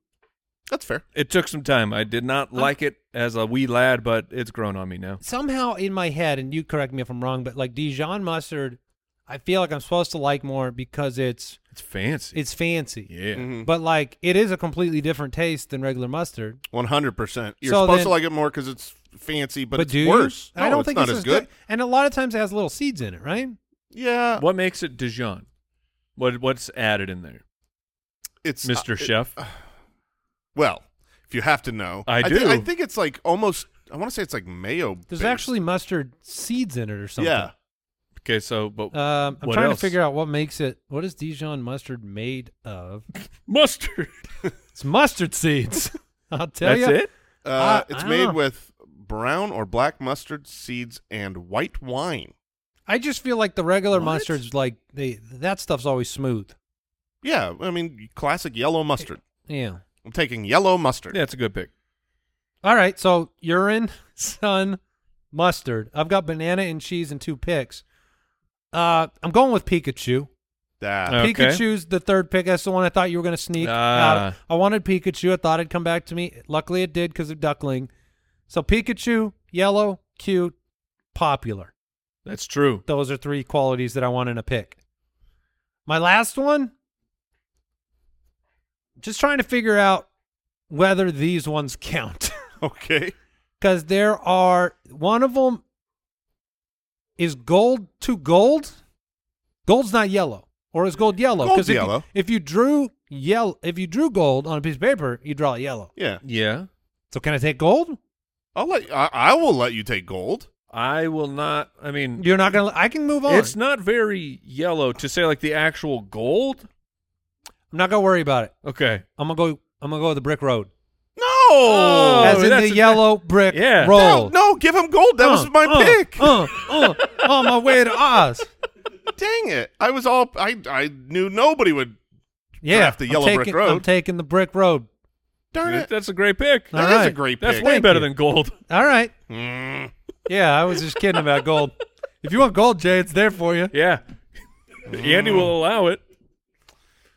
Speaker 5: That's fair.
Speaker 4: It took some time. I did not like it as a wee lad, but it's grown on me now.
Speaker 3: Somehow in my head, and you correct me if I'm wrong, but like Dijon mustard, I feel like I'm supposed to like more because it's
Speaker 4: It's fancy.
Speaker 3: it's fancy.
Speaker 4: yeah.
Speaker 5: Mhm.
Speaker 3: But like it is a completely different taste than regular mustard.
Speaker 5: 100%. You're
Speaker 3: So
Speaker 5: supposed to
Speaker 3: then-
Speaker 5: like it more cuz it's fancy, but, it's
Speaker 3: do you?
Speaker 5: worse.
Speaker 3: I
Speaker 5: No,
Speaker 3: don't
Speaker 5: it's
Speaker 3: think
Speaker 5: not
Speaker 3: it's
Speaker 5: as good.
Speaker 3: And a lot of times it has little seeds in it, right?
Speaker 5: Yeah.
Speaker 4: What makes it Dijon? What what's added in there,
Speaker 5: It's
Speaker 4: Mister
Speaker 5: uh, it-
Speaker 4: Chef?
Speaker 5: well, if you have to know.
Speaker 4: I
Speaker 5: thi-
Speaker 4: do.
Speaker 5: I think it's like almost I want to say it's like mayo.
Speaker 3: There's
Speaker 5: based.
Speaker 3: actually mustard seeds in it or something.
Speaker 5: Yeah.
Speaker 4: okay, so but
Speaker 5: uh,
Speaker 3: Um, I'm
Speaker 4: What
Speaker 3: trying
Speaker 4: else?
Speaker 3: to figure out what makes it. What is Dijon mustard made of?
Speaker 4: mustard.
Speaker 3: It's mustard seeds. <laughs> I'll tell
Speaker 4: That's
Speaker 3: you.
Speaker 4: it.
Speaker 5: Uh,
Speaker 3: I-
Speaker 5: it's
Speaker 3: I
Speaker 5: made
Speaker 4: ah.
Speaker 3: don't-
Speaker 5: with brown or black mustard seeds and white wine.
Speaker 3: I just feel like the regular
Speaker 5: What?
Speaker 3: mustard's like they that stuff's always smooth.
Speaker 5: Yeah, I mean classic yellow mustard.
Speaker 3: Yeah.
Speaker 5: I'm taking yellow mustard.
Speaker 4: Yeah, it's a good pick.
Speaker 3: All right. So urine, <laughs> sun, mustard. I've got banana and cheese and two picks. Uh, I'm going with Pikachu.
Speaker 5: Ah,
Speaker 4: Uh, Okay.
Speaker 3: Pikachu's the third pick. That's the one I thought you were going to sneak. out.
Speaker 4: Ah.
Speaker 3: I wanted Pikachu. I thought it'd come back to me. Luckily, it did because of Duckling. So Pikachu, yellow, cute, popular.
Speaker 4: That's true.
Speaker 3: Those are three qualities that I want in a pick. My last one, just trying to figure out whether these ones <laughs> count.
Speaker 5: <laughs> okay.
Speaker 3: Because there are, one of them is gold to gold. Gold's not yellow. Or is gold yellow?
Speaker 5: Gold's
Speaker 3: 'Cause if you-
Speaker 5: yellow.
Speaker 3: if you drew yellow, if you drew gold on a piece of paper, you draw it yellow.
Speaker 5: Yeah,
Speaker 4: Yeah,
Speaker 3: So can I take gold?
Speaker 5: I'll let I, I will let you take gold.
Speaker 4: I will not. I mean,
Speaker 3: You're not gonna. I can move on.
Speaker 4: it's not very yellow to say like the actual gold.
Speaker 3: I'm not gonna worry about it.
Speaker 4: Okay.
Speaker 3: I'm gonna go. I'm gonna go with the brick road.
Speaker 5: No,
Speaker 4: Oh,
Speaker 3: As in
Speaker 4: that's-
Speaker 5: <laughs>
Speaker 3: the yellow brick
Speaker 4: Yeah.
Speaker 5: no,
Speaker 3: road.
Speaker 5: no, give him gold. That
Speaker 3: Uh,
Speaker 5: was my
Speaker 3: uh,
Speaker 5: pick.
Speaker 3: Uh, uh, on my way to
Speaker 5: <laughs>
Speaker 3: Oz.
Speaker 5: Dang it! I was all I I knew nobody would.
Speaker 3: Yeah,
Speaker 5: Draft the
Speaker 3: I'm
Speaker 5: yellow brick
Speaker 3: taking-
Speaker 5: road.
Speaker 3: I'm taking the brick road.
Speaker 5: Darn it!
Speaker 4: That's a great pick.
Speaker 3: All
Speaker 5: That is a
Speaker 3: right.
Speaker 5: great
Speaker 4: That's
Speaker 5: pick.
Speaker 4: way
Speaker 3: Thank
Speaker 4: better
Speaker 3: you.
Speaker 4: than gold.
Speaker 3: All right.
Speaker 5: Mm.
Speaker 3: Yeah, I was just kidding about gold. If you want gold, Jay, it's there for you.
Speaker 4: <laughs> Yeah. <laughs> Andy will allow it.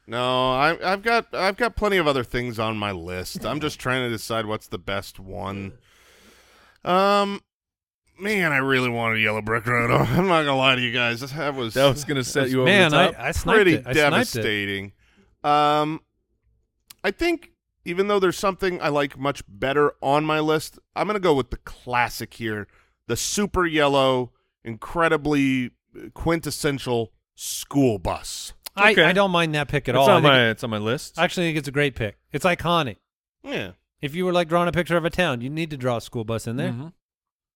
Speaker 5: No, I, I've got I've got plenty of other things on my list. I'm just trying to decide what's the best one. Um, man, I really wanted Yellow Brick Road. <laughs> I'm not gonna lie to you guys. That was
Speaker 4: That was going to set you over
Speaker 3: Man,
Speaker 4: the top.
Speaker 3: I, I sniped
Speaker 5: pretty
Speaker 3: it. I sniped it.
Speaker 5: devastating. Um, I think even though there's something I like much better on my list, I'm gonna go with the classic here, the super yellow, incredibly quintessential school bus.
Speaker 3: I,
Speaker 4: Okay.
Speaker 3: I don't mind that pick at
Speaker 4: it's
Speaker 3: all. I
Speaker 4: on
Speaker 3: think
Speaker 4: my it's on my list.
Speaker 3: I actually think it's a great pick. It's iconic.
Speaker 5: Yeah.
Speaker 3: If you were like drawing a picture of a town, you need to draw a school bus in there.
Speaker 4: Mhm.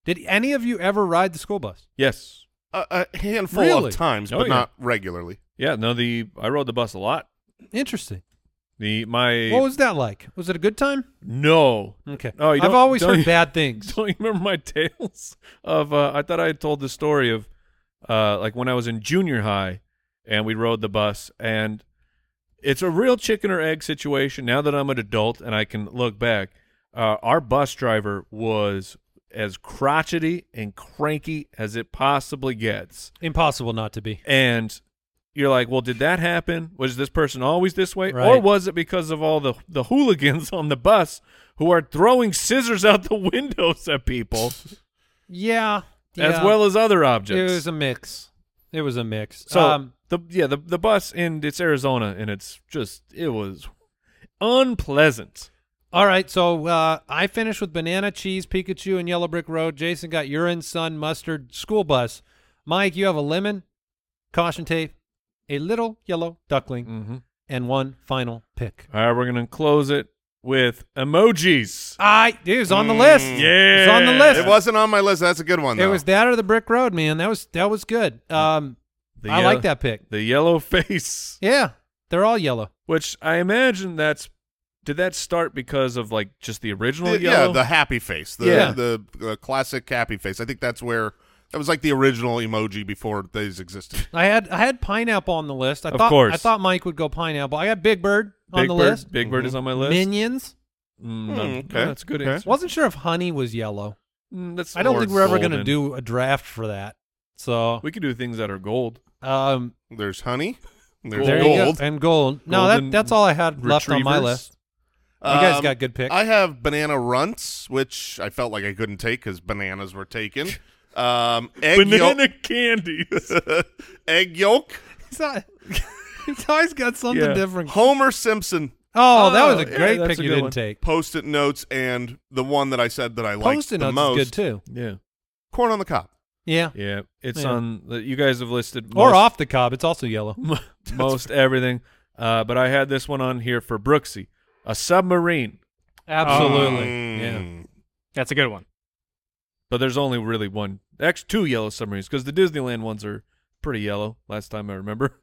Speaker 3: Did any of you ever ride the school bus?
Speaker 4: Yes.
Speaker 5: a, a handful
Speaker 3: Really?
Speaker 5: of times,
Speaker 4: Oh,
Speaker 5: but
Speaker 4: yeah.
Speaker 5: not regularly.
Speaker 4: Yeah. No. The I rode the bus a lot.
Speaker 3: Interesting.
Speaker 4: The my
Speaker 3: What was that like? Was it a good time?
Speaker 4: no.
Speaker 3: Okay.
Speaker 4: Oh, you
Speaker 3: I've
Speaker 4: don't-
Speaker 3: always
Speaker 4: don't
Speaker 3: heard
Speaker 4: you-
Speaker 3: bad
Speaker 4: <laughs>
Speaker 3: things. <laughs>
Speaker 4: Don't you remember my tales of? Uh, I thought I had told the story of, uh, like when I was in junior high, and we rode the bus, and it's a real chicken or egg situation. Now that I'm an adult and I can look back, uh, our bus driver was as crotchety and cranky as it possibly gets,
Speaker 3: Impossible not to be.
Speaker 4: and you're like, well, did that happen? Was this person always this way, or
Speaker 3: Right.
Speaker 4: was it because of all the the hooligans on the bus? Who are throwing scissors out the <laughs> windows at people?
Speaker 3: Yeah.
Speaker 4: as well as other
Speaker 3: it
Speaker 4: objects.
Speaker 3: was a mix. It was a mix.
Speaker 4: so
Speaker 3: um,
Speaker 4: the yeah the the bus and it's Arizona and it's just it was unpleasant.
Speaker 3: All right, so uh, I finished with banana cheese, Pikachu, and Yellow Brick Road. Jason got urine, sun, mustard, school bus. Mike, you have a lemon, caution tape, a little yellow duckling,
Speaker 4: Mhm.
Speaker 3: and one final pick.
Speaker 4: All right, we're gonna close it with emojis.
Speaker 3: I it was on the list.
Speaker 4: Mm. yeah.
Speaker 3: it was on the list.
Speaker 5: It wasn't on my list. That's a good one.
Speaker 3: It
Speaker 5: though.
Speaker 3: was that or the brick road, man. That was that was good. Um,
Speaker 4: The
Speaker 3: I
Speaker 4: ye-
Speaker 3: like that pick.
Speaker 4: The yellow <laughs> face,
Speaker 3: Yeah, they're all yellow.
Speaker 4: which I imagine that's did that start because of like just the original
Speaker 5: The- yeah,
Speaker 4: yellow?
Speaker 5: the happy face, the
Speaker 4: Yeah.
Speaker 5: the uh, classic happy face. I think that's where that was like the original emoji before these existed.
Speaker 3: I had I had pineapple on the list. I
Speaker 4: Of
Speaker 3: thought
Speaker 4: course.
Speaker 3: I thought Mike would go pineapple. I got Big Bird
Speaker 4: Big
Speaker 3: on the
Speaker 4: Bird,
Speaker 3: list. Mm-hmm.
Speaker 4: Big Bird is on my list.
Speaker 3: Minions.
Speaker 4: Mm, no,
Speaker 5: Hmm,
Speaker 4: no,
Speaker 5: okay.
Speaker 4: that's a good
Speaker 5: Okay.
Speaker 4: answer.
Speaker 3: Wasn't sure if honey was yellow.
Speaker 4: Mm, that's
Speaker 3: I don't
Speaker 4: more
Speaker 3: think we're ever
Speaker 4: golden.
Speaker 3: gonna do a draft for that. So
Speaker 4: We could do things that are gold.
Speaker 3: um,
Speaker 5: There's honey. There's
Speaker 3: there you
Speaker 5: gold.
Speaker 3: go. and gold. No, that
Speaker 4: Golden
Speaker 3: that's all I had left on my
Speaker 4: retrievers.
Speaker 3: list. You guys
Speaker 5: Um,
Speaker 3: got good picks.
Speaker 5: I have banana runts, which I felt like I couldn't take because bananas were
Speaker 3: <laughs>
Speaker 5: taken. Um, egg
Speaker 4: Banana
Speaker 5: yolk.
Speaker 4: <laughs> candies.
Speaker 3: <laughs>
Speaker 5: <laughs> egg yolk.
Speaker 3: he's, not, he's always got something
Speaker 4: Yeah.
Speaker 5: <laughs>
Speaker 3: different.
Speaker 5: Homer Simpson
Speaker 3: Oh, that
Speaker 4: Oh,
Speaker 3: was a
Speaker 4: yeah,
Speaker 3: great
Speaker 4: that's
Speaker 3: pick
Speaker 4: a
Speaker 3: you
Speaker 4: good
Speaker 3: didn't
Speaker 4: one.
Speaker 3: take.
Speaker 5: post-it notes and the one that I said that I liked
Speaker 3: Post-it
Speaker 5: the
Speaker 3: notes
Speaker 5: most.
Speaker 3: is good too.
Speaker 4: yeah,
Speaker 5: Corn on the cob.
Speaker 3: Yeah.
Speaker 4: yeah. It's
Speaker 3: Yeah.
Speaker 4: on. The, you guys have listed most,
Speaker 3: Or off the cob. It's also <laughs> yellow.
Speaker 4: <laughs> most everything, uh, but I had this one on here for Brooksy, a submarine.
Speaker 3: Absolutely.
Speaker 5: Mm.
Speaker 10: That's a good one.
Speaker 4: But there's only really one, actually two yellow submarines because the Disneyland ones are pretty yellow. Last time I remember. <laughs>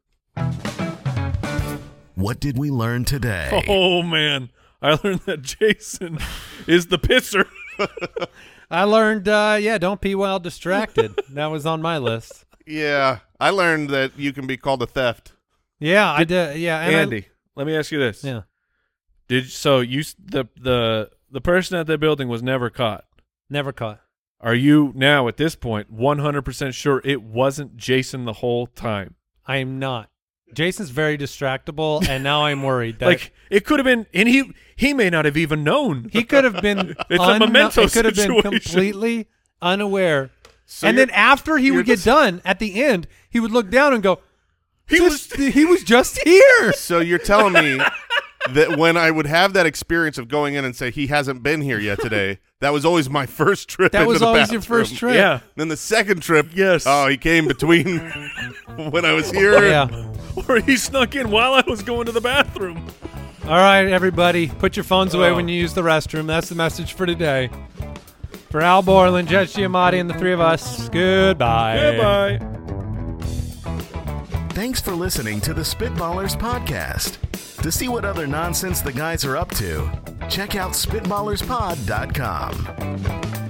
Speaker 1: What did we learn today?
Speaker 4: Oh man, I learned that Jason <laughs> is the pisser.
Speaker 3: I learned, uh, yeah, don't be well distracted. that was on my list.
Speaker 5: Yeah, I learned that you can be called a theft.
Speaker 3: Yeah, I did. Yeah, and I-
Speaker 4: Andy, let me ask you this:
Speaker 3: yeah,
Speaker 4: Did so you s- the the the person at that building was never caught?
Speaker 3: never caught.
Speaker 4: Are you now at this point 100% sure it wasn't Jason the whole time?
Speaker 3: I am not. Jason's very distractible, and now I'm worried that
Speaker 4: <laughs> like it could have been and he he may not have even known.
Speaker 3: he could have been.
Speaker 4: a
Speaker 3: unno-
Speaker 4: memento
Speaker 3: It could have been
Speaker 4: situation.
Speaker 3: completely unaware.
Speaker 5: So
Speaker 3: and
Speaker 5: you're-
Speaker 3: then after he
Speaker 5: you're
Speaker 3: would get
Speaker 5: just-
Speaker 3: done at the end, he would look down and go,
Speaker 5: He
Speaker 3: "This- he was just here."
Speaker 5: So you're telling
Speaker 3: <laughs>
Speaker 5: me that when I would have that experience of going in and say he hasn't been here yet today, that was always my first trip.
Speaker 3: That
Speaker 5: into
Speaker 3: was
Speaker 5: the
Speaker 3: always your
Speaker 5: bathroom.
Speaker 3: first trip.
Speaker 4: Yeah.
Speaker 5: Then the second trip,
Speaker 4: Yes.
Speaker 5: Oh, he came
Speaker 3: <laughs>
Speaker 5: between when I was here.
Speaker 3: Yeah.
Speaker 4: <laughs> or he snuck in while I was going to the bathroom.
Speaker 3: All right, everybody, put your phones away when you use the restroom. That's the message for today. For Al Borland, Judge Giamatti, and the three of us,
Speaker 4: Goodbye.
Speaker 3: goodbye.
Speaker 1: Thanks for listening to the Spitballers Podcast. To see what other nonsense the guys are up to, check out SpitballersPod.com.